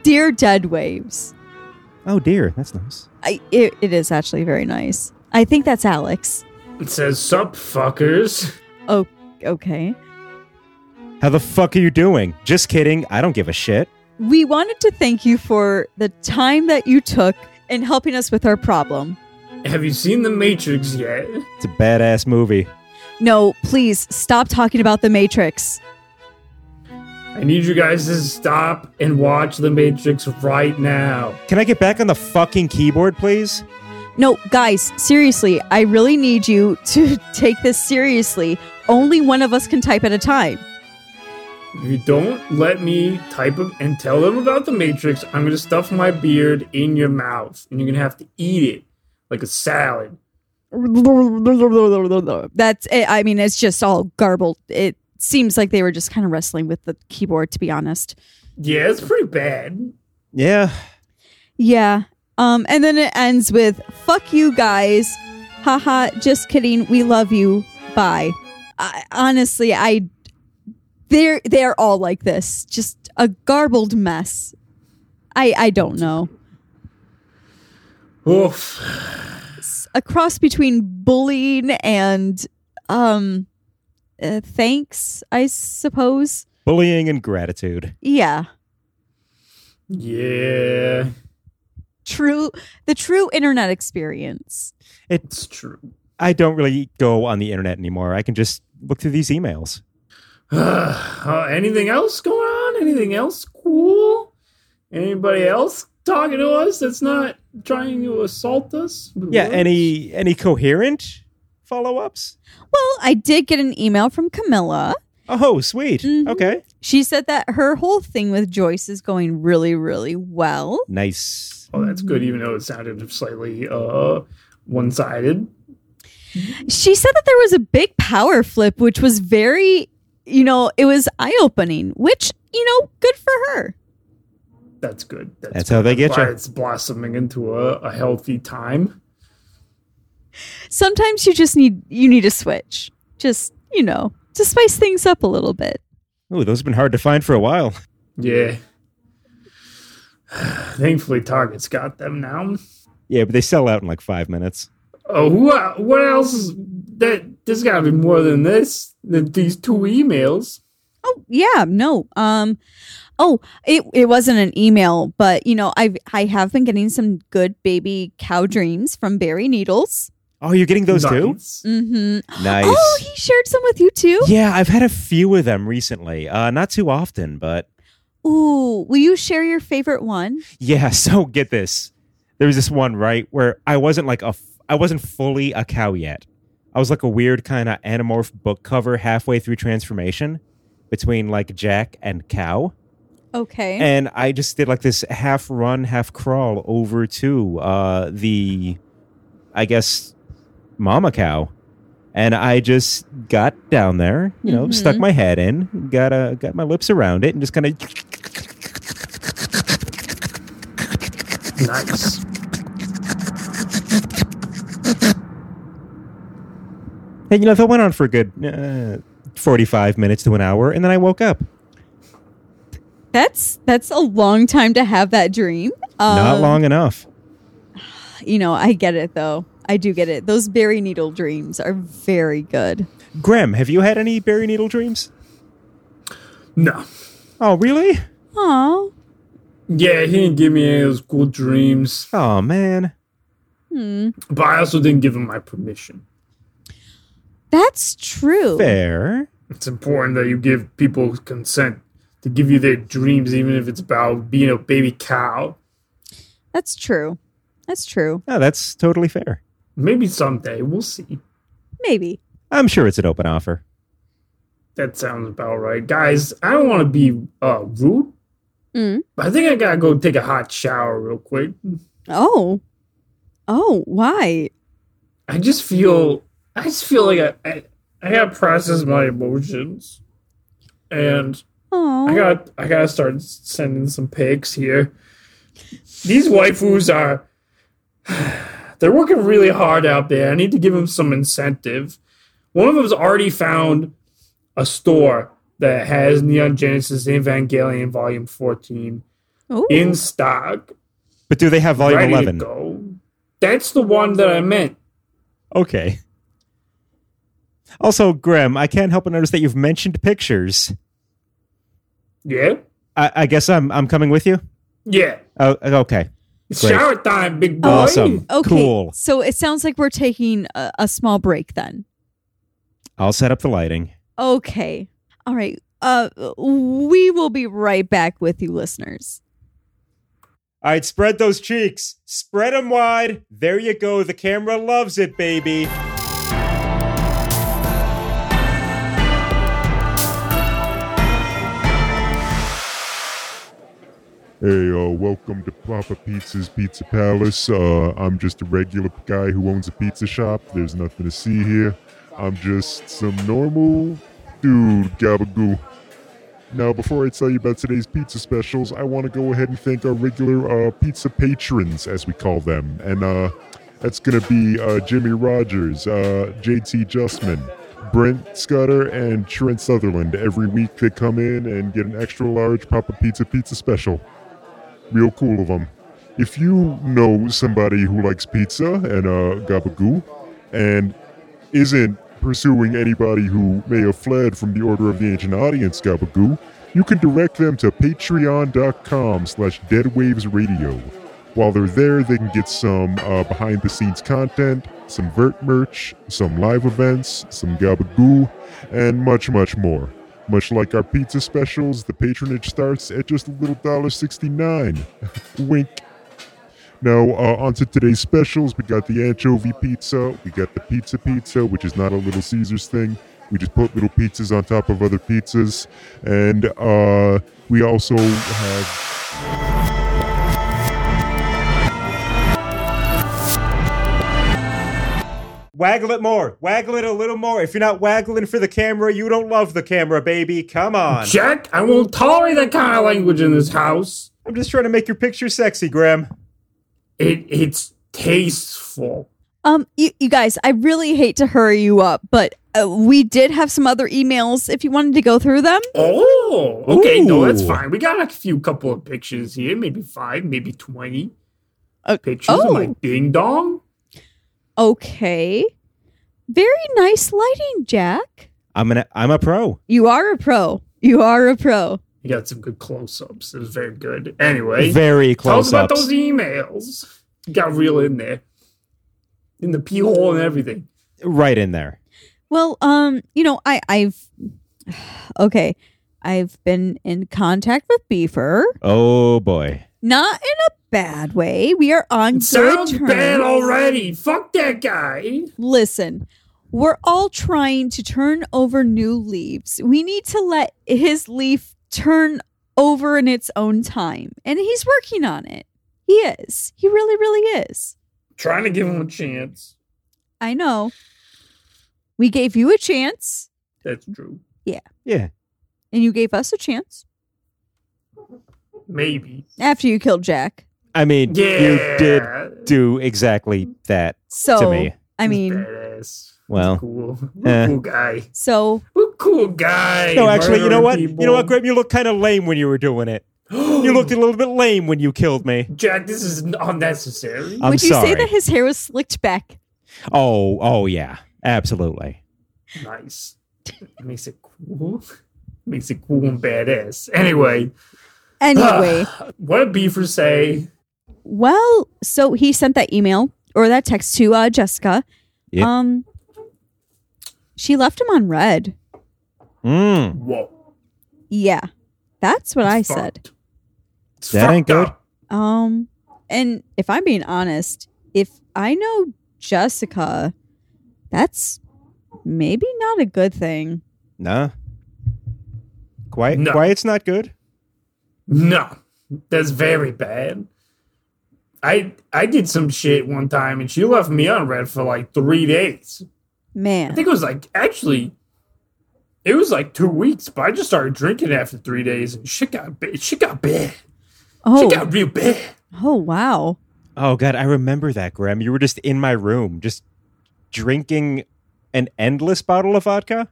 [SPEAKER 2] Dear Dead Waves.
[SPEAKER 3] oh dear that's nice
[SPEAKER 2] I, it, it is actually very nice. I think that's Alex.
[SPEAKER 4] It says, Sup, fuckers.
[SPEAKER 2] Oh, okay.
[SPEAKER 3] how the fuck are you doing just kidding i don't give a shit
[SPEAKER 2] We wanted to thank you for the time that you took in helping us with our problem.
[SPEAKER 4] Have you seen The Matrix yet?
[SPEAKER 3] it's a badass movie
[SPEAKER 2] No, please stop talking about the Matrix.
[SPEAKER 4] I need you guys to stop and watch The Matrix right now.
[SPEAKER 3] Can I get back on the fucking keyboard, please?
[SPEAKER 2] No, guys, seriously, I really need you to (laughs) take this seriously. Only one of us can type at a time.
[SPEAKER 4] If you don't let me type them and tell them about the Matrix, I'm gonna stuff my beard in your mouth, and you're gonna have to eat it like a salad.
[SPEAKER 2] That's it. I mean, it's just all garbled. It seems like they were just kind of wrestling with the keyboard, to be honest.
[SPEAKER 4] Yeah, it's pretty bad.
[SPEAKER 3] Yeah.
[SPEAKER 2] Yeah. Um, and then it ends with "fuck you guys," haha. Just kidding. We love you. Bye. I, honestly, I they're they're all like this, just a garbled mess. I I don't know.
[SPEAKER 4] Oof.
[SPEAKER 2] It's a cross between bullying and um, uh, thanks, I suppose.
[SPEAKER 3] Bullying and gratitude.
[SPEAKER 2] Yeah.
[SPEAKER 4] Yeah,
[SPEAKER 2] True, the true internet experience.
[SPEAKER 4] it's true.
[SPEAKER 3] I don't really go on the internet anymore. I can just look through these emails.
[SPEAKER 4] Uh, anything else going on? Anything else cool? Anybody else talking to us that's not trying to assault us?
[SPEAKER 3] Yeah, any any coherent follow-ups?
[SPEAKER 2] Well, I did get an email from Camilla.
[SPEAKER 3] Oh, sweet.
[SPEAKER 2] Mhm.
[SPEAKER 3] Okay.
[SPEAKER 2] She said that her whole thing with Joyce is going really, really well.
[SPEAKER 3] Nice.
[SPEAKER 4] Oh, that's good. Even though it sounded slightly uh one-sided.
[SPEAKER 2] She said that there was a big power flip, which was very, you know, it was eye opening, which, you know, good for her.
[SPEAKER 4] That's good.
[SPEAKER 3] That's how they get
[SPEAKER 4] why
[SPEAKER 3] you.
[SPEAKER 4] It's blossoming into a, a healthy time.
[SPEAKER 2] Sometimes you just need, you need a switch. Just, you know, to spice things up a little bit.
[SPEAKER 3] Ooh, those have been hard to find for a while. (laughs)
[SPEAKER 4] Yeah. (sighs) Thankfully, Target's got them now.
[SPEAKER 3] Yeah, but they sell out in like five minutes.
[SPEAKER 4] Oh, who, el- what else? is- That there's got to be more than this. Than these two emails.
[SPEAKER 2] Oh yeah, no. Um, oh, it it wasn't an email, but you know, I've I have been getting some good baby cow dreams from Barry Needles.
[SPEAKER 3] Oh, you're getting those too?
[SPEAKER 4] Nice.
[SPEAKER 2] Mm-hmm.
[SPEAKER 3] Nice.
[SPEAKER 2] Oh, he shared some with you too.
[SPEAKER 3] Yeah, I've had a few of them recently. Uh, not too often, but (laughs)
[SPEAKER 2] Ooh, will you share your favorite one?
[SPEAKER 3] yeah. So get this. There was this one right where I wasn't like a, f- I wasn't fully a cow yet. I was like a weird kind of anamorph book cover halfway through transformation between like Jack and cow,
[SPEAKER 2] Okay.
[SPEAKER 3] and I just did like this half run, half crawl over to uh, the, I guess, mama cow. And I just got down there, you know,
[SPEAKER 2] Mhm.
[SPEAKER 3] stuck my head in, got uh, got my lips around it, and just kind of
[SPEAKER 4] nice.
[SPEAKER 3] And you know, that went on for a good uh, 45 minutes to an hour, and then I woke up.
[SPEAKER 2] that's that's a long time to have that dream. Um,
[SPEAKER 3] Not long enough.
[SPEAKER 2] You know, I get it though. I do get it. Those Barry Needle dreams are very good.
[SPEAKER 3] Graham, have you had any berry needle dreams?
[SPEAKER 4] (laughs) No.
[SPEAKER 3] Oh, really?
[SPEAKER 2] Oh,
[SPEAKER 4] Yeah, he didn't give me any of those cool dreams,
[SPEAKER 3] Oh, man.
[SPEAKER 2] hmm.
[SPEAKER 4] but I also didn't give him my permission.
[SPEAKER 2] that's true.
[SPEAKER 3] Fair.
[SPEAKER 4] It's important that you give people consent to give you their dreams, even if it's about being a baby cow.
[SPEAKER 2] That's true. That's true.
[SPEAKER 3] No, Oh, that's totally fair.
[SPEAKER 4] Maybe someday we'll see.
[SPEAKER 2] Maybe.
[SPEAKER 3] I'm sure it's an open offer.
[SPEAKER 4] That sounds about right, guys. I don't want to be uh, rude,
[SPEAKER 2] Mm.
[SPEAKER 4] but I think I gotta go take a hot shower real quick.
[SPEAKER 2] Oh. Oh, why?
[SPEAKER 4] I just feel, I just feel like I, I, I gotta process my emotions, and I
[SPEAKER 2] Oh.
[SPEAKER 4] got I gotta start sending some pics here. These waifus are (sighs) they're working really hard out there. I need to give them some incentive. One of them's already found a store that has Neon Genesis Evangelion Volume 14
[SPEAKER 2] Ooh.
[SPEAKER 4] in stock.
[SPEAKER 3] But do they have volume
[SPEAKER 4] ready
[SPEAKER 3] 11?
[SPEAKER 4] to go. That's the one that I meant.
[SPEAKER 3] Okay. Also, Graham, I can't help but notice that you've mentioned pictures.
[SPEAKER 4] Yeah?
[SPEAKER 3] I, I guess I'm I'm coming with you.
[SPEAKER 4] Yeah.
[SPEAKER 3] Oh, okay.
[SPEAKER 4] It's
[SPEAKER 3] Great.
[SPEAKER 4] shower time, big boy.
[SPEAKER 3] Awesome.
[SPEAKER 2] okay.
[SPEAKER 3] Cool.
[SPEAKER 2] So it sounds like we're taking a, a small break then.
[SPEAKER 3] I'll set up the lighting.
[SPEAKER 2] Okay. All right. Uh, we will be right back with you, listeners.
[SPEAKER 3] All right, spread those cheeks. Spread them wide. There you go. The camera loves it, baby.
[SPEAKER 5] Hey, uh, welcome to Papa Pizza's Pizza Palace. Uh, I'm just a regular guy who owns a pizza shop. There's nothing to see here. I'm just some normal dude, Gabagoo. Now, before I tell you about today's pizza specials, I want to go ahead and thank our regular uh, pizza patrons, as we call them. And uh, that's going to be uh, Jimmy Rogers, uh, JT Justman, Brent Scudder, and Trent Sutherland. Every week they come in and get an extra large Papa Pizza Pizza special real cool of them. If you know somebody who likes pizza and uh, gabagoo and isn't pursuing anybody who may have fled from the Order of the Ancient Audience gabagoo, you can direct them to patreon.com slash deadwavesradio. While they're there, they can get some uh, behind-the-scenes content, some Vert merch, some live events, some gabagoo, and much, much more. Much like our pizza specials, the patronage starts at just a little dollar sixty-nine. (laughs) Wink. Now, uh, on to today's specials. We got the anchovy pizza. We got the pizza pizza, which is not a Little Caesars thing. We just put little pizzas on top of other pizzas, and uh, we also have
[SPEAKER 3] Waggle it more. Waggle it a little more. If you're not waggling for the camera, you don't love the camera, baby. Come on.
[SPEAKER 4] Jack, I won't tolerate that kind of language in this house.
[SPEAKER 3] I'm just trying to make your picture sexy, Graham.
[SPEAKER 4] It it's tasteful.
[SPEAKER 2] Um, you, you guys, I really hate to hurry you up, but uh, we did have some other emails if you wanted to go through them.
[SPEAKER 4] Oh, okay, no, that's
[SPEAKER 3] Ooh.
[SPEAKER 4] fine. We got a few couple of pictures here, maybe five, maybe twenty
[SPEAKER 2] Uh,
[SPEAKER 4] pictures of my
[SPEAKER 2] oh.
[SPEAKER 4] ding dong.
[SPEAKER 2] Okay. Very nice lighting, Jack.
[SPEAKER 3] I'm an I'm a pro.
[SPEAKER 2] You are a pro. You are a pro.
[SPEAKER 4] You got some good close ups. It was very good. Anyway,
[SPEAKER 3] Very
[SPEAKER 4] tell
[SPEAKER 3] close
[SPEAKER 4] us about
[SPEAKER 3] ups.
[SPEAKER 4] those emails. Got real in there, in the pee hole and everything.
[SPEAKER 3] Right in there.
[SPEAKER 2] Well, um, you know, I I've (sighs) okay, I've been in contact with Beaver,
[SPEAKER 3] Oh boy.
[SPEAKER 2] not in a bad way. We are on
[SPEAKER 4] It
[SPEAKER 2] good
[SPEAKER 4] sounds
[SPEAKER 2] terms.
[SPEAKER 4] bad already. Fuck that guy.
[SPEAKER 2] Listen, we're all trying to turn over new leaves. We need to let his leaf turn over in its own time, and he's working on it. He is. He really, really is.
[SPEAKER 4] Trying to give him a chance.
[SPEAKER 2] I know. We gave you a chance,
[SPEAKER 4] That's true.
[SPEAKER 3] Yeah.
[SPEAKER 2] and you gave us a chance
[SPEAKER 4] Maybe.
[SPEAKER 2] after you killed Jack.
[SPEAKER 3] I mean,
[SPEAKER 4] Yeah.
[SPEAKER 3] you did do exactly that.
[SPEAKER 2] So
[SPEAKER 3] To me.
[SPEAKER 2] I mean,
[SPEAKER 4] Badass.
[SPEAKER 3] Well,
[SPEAKER 4] He's cool. (laughs)
[SPEAKER 3] eh.
[SPEAKER 4] cool guy.
[SPEAKER 2] so
[SPEAKER 4] We're cool guy.
[SPEAKER 3] No, actually, you know
[SPEAKER 4] murdering
[SPEAKER 3] what? You know what,
[SPEAKER 4] people.
[SPEAKER 3] Graham? You look kind of lame when you were doing it. You looked a little bit lame when you killed me.
[SPEAKER 4] (gasps) Jack, this is unnecessary.
[SPEAKER 3] I'm
[SPEAKER 2] would you
[SPEAKER 3] sorry.
[SPEAKER 2] say that his hair was slicked back?
[SPEAKER 3] oh, oh yeah, absolutely.
[SPEAKER 4] nice. It makes it cool. (laughs) Makes it cool and badass. Anyway,
[SPEAKER 3] (sighs)
[SPEAKER 2] Anyway,
[SPEAKER 4] (sighs)
[SPEAKER 2] (laughs)
[SPEAKER 4] what did Beaver say?
[SPEAKER 2] well, so he sent that email or that text to uh, Jessica.
[SPEAKER 3] Yep.
[SPEAKER 2] Um, she left him on red.
[SPEAKER 3] Mm.
[SPEAKER 4] Whoa.
[SPEAKER 2] Yeah, that's what I
[SPEAKER 4] Fucked.
[SPEAKER 2] said.
[SPEAKER 4] It's
[SPEAKER 3] That ain't
[SPEAKER 4] fucked up.
[SPEAKER 2] Um, and if I'm being honest, if I know Jessica, that's maybe not a good thing.
[SPEAKER 3] Nah. Quiet.
[SPEAKER 4] No.
[SPEAKER 3] Quiet's not good.
[SPEAKER 4] No, that's very bad. I I did some shit one time and she left me on red for like three days. I
[SPEAKER 2] Man,
[SPEAKER 4] think it was like actually, it was like two weeks. But I just started drinking after three days and shit got bad. Shit got bad. Shit
[SPEAKER 2] oh,
[SPEAKER 4] got real bad.
[SPEAKER 2] oh wow.
[SPEAKER 3] Oh god, I remember that, Graham. You were just in my room, just drinking an endless bottle of vodka.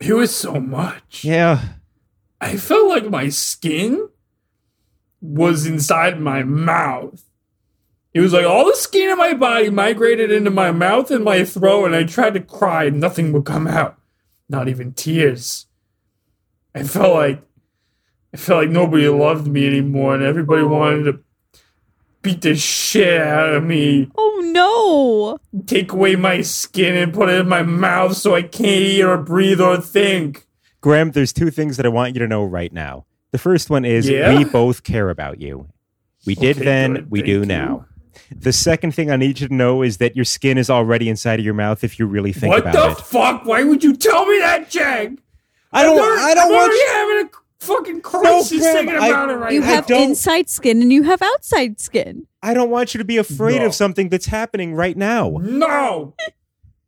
[SPEAKER 4] It was so much.
[SPEAKER 3] Yeah.
[SPEAKER 4] I felt like my skin was inside my mouth. It was like all the skin in my body migrated into my mouth and my throat, and I tried to cry, and nothing would come out. Not even tears. I felt like I felt like nobody loved me anymore, and everybody wanted to beat the shit out of me.
[SPEAKER 2] Oh no.
[SPEAKER 4] Take away my skin and put it in my mouth so I can't eat or breathe or think.
[SPEAKER 3] Graham, there's two things that I want you to know right now. The first one is
[SPEAKER 4] Yeah?
[SPEAKER 3] we both care about you. We did
[SPEAKER 4] Okay,
[SPEAKER 3] then,
[SPEAKER 4] good.
[SPEAKER 3] we
[SPEAKER 4] Thank
[SPEAKER 3] do
[SPEAKER 4] you.
[SPEAKER 3] now. The second thing I need you to know is that your skin is already inside of your mouth if you really think
[SPEAKER 4] what
[SPEAKER 3] about
[SPEAKER 4] the
[SPEAKER 3] it.
[SPEAKER 4] fuck? Why would you tell me that, Jack?
[SPEAKER 3] I don't
[SPEAKER 4] I'm already-
[SPEAKER 3] I don't
[SPEAKER 4] I'm
[SPEAKER 3] want
[SPEAKER 4] already
[SPEAKER 3] you
[SPEAKER 4] having a fucking crisis
[SPEAKER 3] Graham,
[SPEAKER 4] thinking
[SPEAKER 3] I-
[SPEAKER 4] about it right
[SPEAKER 2] You
[SPEAKER 4] now.
[SPEAKER 3] I
[SPEAKER 2] have
[SPEAKER 3] don't-
[SPEAKER 2] inside skin and you have outside skin.
[SPEAKER 3] I don't want you to be afraid
[SPEAKER 4] No.
[SPEAKER 3] of something that's happening right now.
[SPEAKER 4] No,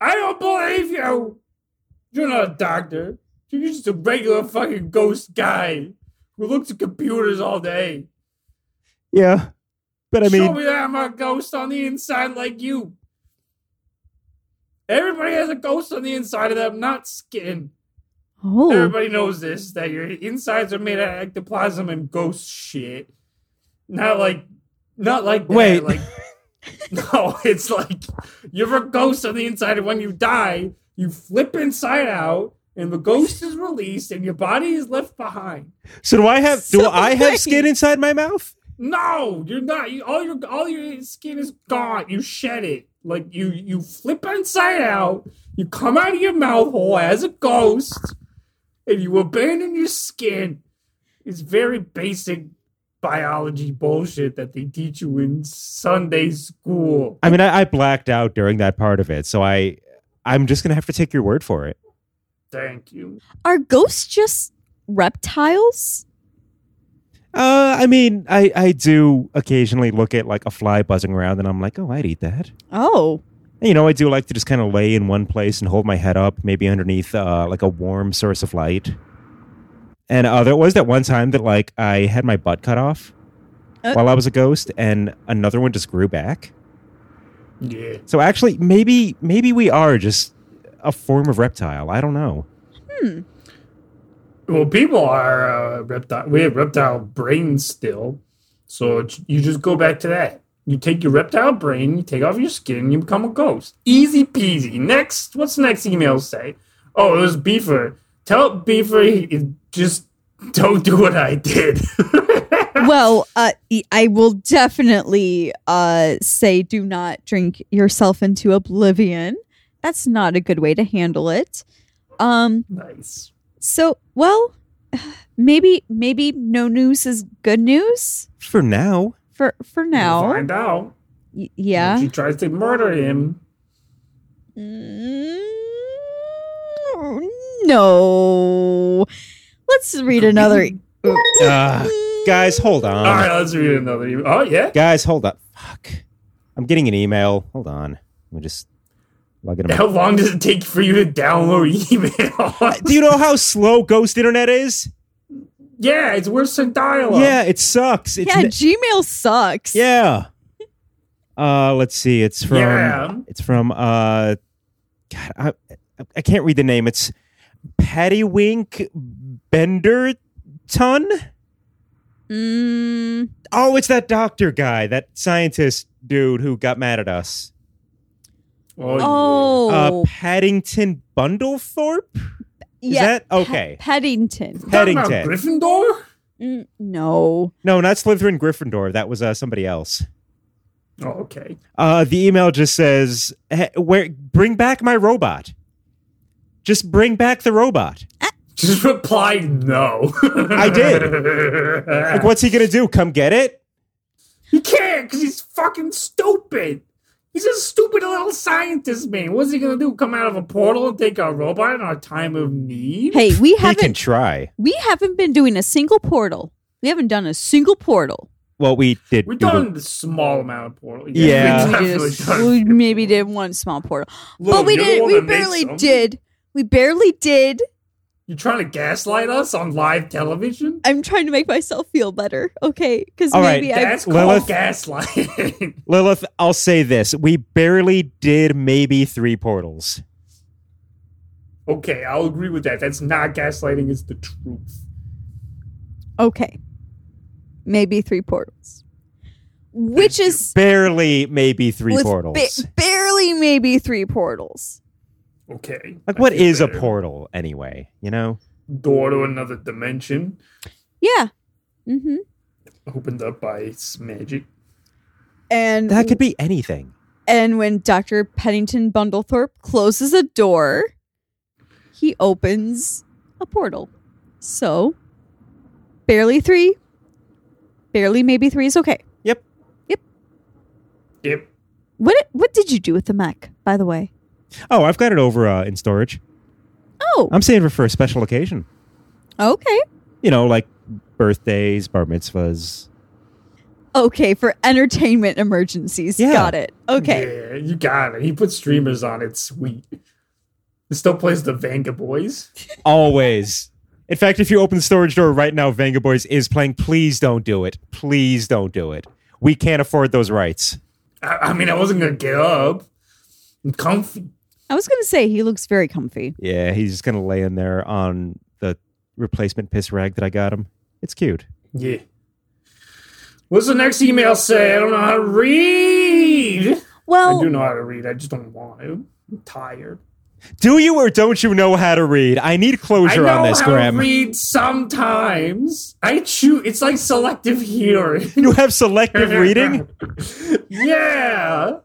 [SPEAKER 4] I don't believe you. You're not a doctor. You're just a regular fucking ghost guy who looks at computers all day.
[SPEAKER 3] Yeah. But I
[SPEAKER 4] Show
[SPEAKER 3] mean
[SPEAKER 4] me that I'm a ghost on the inside like you. Everybody has a ghost on the inside of them, not skin.
[SPEAKER 2] Oh.
[SPEAKER 4] Everybody knows this that your insides are made out of ectoplasm and ghost shit. Not like, not like that.
[SPEAKER 3] Wait.
[SPEAKER 4] Like, no, it's like you're a ghost on the inside, and when you die, you flip inside out, and the ghost is released, and your body is left behind.
[SPEAKER 3] so do I have do
[SPEAKER 2] So
[SPEAKER 3] I have
[SPEAKER 2] wait.
[SPEAKER 3] skin inside my mouth?
[SPEAKER 4] No, you're not. You, all your all your skin is gone. You shed it. Like you you flip inside out. You come out of your mouth hole as a ghost, and you abandon your skin. It's very basic biology bullshit that they teach you in Sunday school.
[SPEAKER 3] I mean I, I blacked out during that part of it, so I I'm just gonna have to take your word for it.
[SPEAKER 4] Thank you.
[SPEAKER 2] Are ghosts just reptiles?
[SPEAKER 3] Uh, I mean, I, I do occasionally look at like a fly buzzing around and I'm like, oh, I'd eat that.
[SPEAKER 2] Oh.
[SPEAKER 3] And, you know, I do like to just kind of lay in one place and hold my head up, maybe underneath uh, like a warm source of light. And uh, there was that one time that like I had my butt cut off
[SPEAKER 2] Uh.
[SPEAKER 3] while I was a ghost and another one just grew back.
[SPEAKER 4] Yeah.
[SPEAKER 3] So actually, maybe maybe we are just a form of reptile. I don't know.
[SPEAKER 4] Well, people are uh, reptile. We have reptile brains still, so it's, you just go back to that. You take your reptile brain, you take off your skin, you become a ghost. Easy peasy. Next, what's the next email say? Oh, it was Beaver. Tell Beaver he, he- just don't do what I did. (laughs)
[SPEAKER 3] (laughs)
[SPEAKER 2] well, uh, e- I will definitely uh, say do not drink yourself into oblivion. That's not a good way to handle it. Um,
[SPEAKER 4] nice.
[SPEAKER 2] so, well, (sighs) maybe maybe no news is good news
[SPEAKER 3] For now,
[SPEAKER 4] (laughs)
[SPEAKER 2] for for
[SPEAKER 4] We'll
[SPEAKER 2] now.
[SPEAKER 4] find out.
[SPEAKER 2] Y-
[SPEAKER 4] When
[SPEAKER 2] yeah.
[SPEAKER 4] She tries to murder him.
[SPEAKER 2] Mm, No. Let's read another. e-,
[SPEAKER 3] uh, guys, hold on.
[SPEAKER 4] All right, let's read another email. Oh yeah.
[SPEAKER 3] Guys, hold up. Fuck. I'm getting an email. Hold on. Let me just log it. in my-
[SPEAKER 4] How long does it take for you to download (laughs)
[SPEAKER 2] (laughs) Uh,
[SPEAKER 4] email?
[SPEAKER 3] Do you know how slow ghost internet is?
[SPEAKER 4] yeah, it's worse than dialogue.
[SPEAKER 3] Yeah, it sucks. It's
[SPEAKER 2] Yeah,
[SPEAKER 3] n-
[SPEAKER 2] Gmail sucks.
[SPEAKER 3] yeah. Uh, let's see. It's from.
[SPEAKER 4] Yeah.
[SPEAKER 3] It's from. Uh, God, I, I can't read the name. It's Patty Wink Bender Ton.
[SPEAKER 2] Mm,
[SPEAKER 3] Oh, it's that doctor guy, that scientist dude who got mad at us.
[SPEAKER 4] Oh. yeah.
[SPEAKER 2] oh.
[SPEAKER 3] Uh, Paddington Bundlethorpe. Is that
[SPEAKER 2] Pe-
[SPEAKER 3] okay?
[SPEAKER 2] Paddington.
[SPEAKER 4] Talking about
[SPEAKER 3] Paddington.
[SPEAKER 4] Gryffindor?
[SPEAKER 2] Mm, no.
[SPEAKER 3] No, not Slytherin Gryffindor. That was uh, somebody else.
[SPEAKER 4] Oh, okay.
[SPEAKER 3] Uh, the email just says, "Hey, "Where bring back my robot? Just bring back the robot.
[SPEAKER 4] Just reply no.
[SPEAKER 3] I did. Like, what's he gonna do? Come get it?
[SPEAKER 4] (laughs) he can't because he's fucking stupid. He's a stupid little scientist man. What's he gonna do? Come out of a portal and take our robot in our time of need?
[SPEAKER 2] Hey, we
[SPEAKER 3] He can
[SPEAKER 2] haven't
[SPEAKER 3] try.
[SPEAKER 2] we haven't been doing a single portal. We haven't done a single portal.
[SPEAKER 3] Well, we did.
[SPEAKER 4] We're
[SPEAKER 3] do the-
[SPEAKER 4] done a small amount of portal.
[SPEAKER 3] Yeah.
[SPEAKER 4] we've
[SPEAKER 2] we, did
[SPEAKER 4] definitely
[SPEAKER 2] a-
[SPEAKER 4] done-
[SPEAKER 2] we maybe did one small portal,
[SPEAKER 4] Look,
[SPEAKER 2] but we
[SPEAKER 4] you're the
[SPEAKER 2] did.
[SPEAKER 4] one
[SPEAKER 2] We
[SPEAKER 4] that made
[SPEAKER 2] barely
[SPEAKER 4] some.
[SPEAKER 2] did. We barely did.
[SPEAKER 4] You're trying to gaslight us on live television?
[SPEAKER 2] I'm trying to make myself feel better, okay? Because
[SPEAKER 3] All right,
[SPEAKER 2] maybe I.
[SPEAKER 4] That's called
[SPEAKER 3] Lilith-
[SPEAKER 4] gaslighting. (laughs)
[SPEAKER 3] Lilith, I'll say this: we barely did maybe three portals.
[SPEAKER 4] okay, I'll agree with that. That's not gaslighting. It's the truth.
[SPEAKER 2] Okay, maybe three portals, which is
[SPEAKER 3] Barely, maybe three
[SPEAKER 2] with
[SPEAKER 3] portals.
[SPEAKER 2] ba- barely maybe three portals.
[SPEAKER 4] Okay.
[SPEAKER 3] like,
[SPEAKER 4] I
[SPEAKER 3] what
[SPEAKER 4] feel
[SPEAKER 3] is a
[SPEAKER 4] better.
[SPEAKER 3] portal anyway? You know?
[SPEAKER 4] Door to another dimension.
[SPEAKER 2] Yeah. Mm-hmm.
[SPEAKER 4] opened up by its magic.
[SPEAKER 2] And
[SPEAKER 3] That could be anything.
[SPEAKER 2] And when Dr. Pennington Bundlethorpe closes a door, he opens a portal. So, barely three, barely maybe three is okay.
[SPEAKER 3] Yep.
[SPEAKER 4] Yep.
[SPEAKER 2] What what did you do with the mech, by the way?
[SPEAKER 3] Oh, I've got it over uh, in storage.
[SPEAKER 2] Oh,
[SPEAKER 3] I'm saving it for a special occasion.
[SPEAKER 2] okay,
[SPEAKER 3] You know, like birthdays, bar mitzvahs.
[SPEAKER 2] okay for entertainment emergencies.
[SPEAKER 3] Yeah.
[SPEAKER 2] Got it. Okay,
[SPEAKER 4] Yeah, you got it. He put streamers on it. Sweet. It still plays the Vanga Boys.
[SPEAKER 3] Always. In fact, if you open the storage door right now, Vanga Boys is playing. Please don't do it. Please don't do it. We can't afford those rights.
[SPEAKER 4] I, I mean, I wasn't gonna get up. I'm comfy.
[SPEAKER 2] I was gonna say he looks very comfy.
[SPEAKER 3] Yeah, he's just gonna lay in there on the replacement piss rag that I got him. It's cute.
[SPEAKER 4] Yeah. What's the next email say? I don't know how to read. I
[SPEAKER 2] Well,
[SPEAKER 4] do know how to read. I just don't want to. I'm tired.
[SPEAKER 3] Do you or don't you know how to read? I need
[SPEAKER 4] I
[SPEAKER 3] closure
[SPEAKER 4] know
[SPEAKER 3] on this,
[SPEAKER 4] how
[SPEAKER 3] Graham.
[SPEAKER 4] to read sometimes. I choose. It's like selective hearing.
[SPEAKER 3] You have selective reading?
[SPEAKER 4] (laughs) yeah.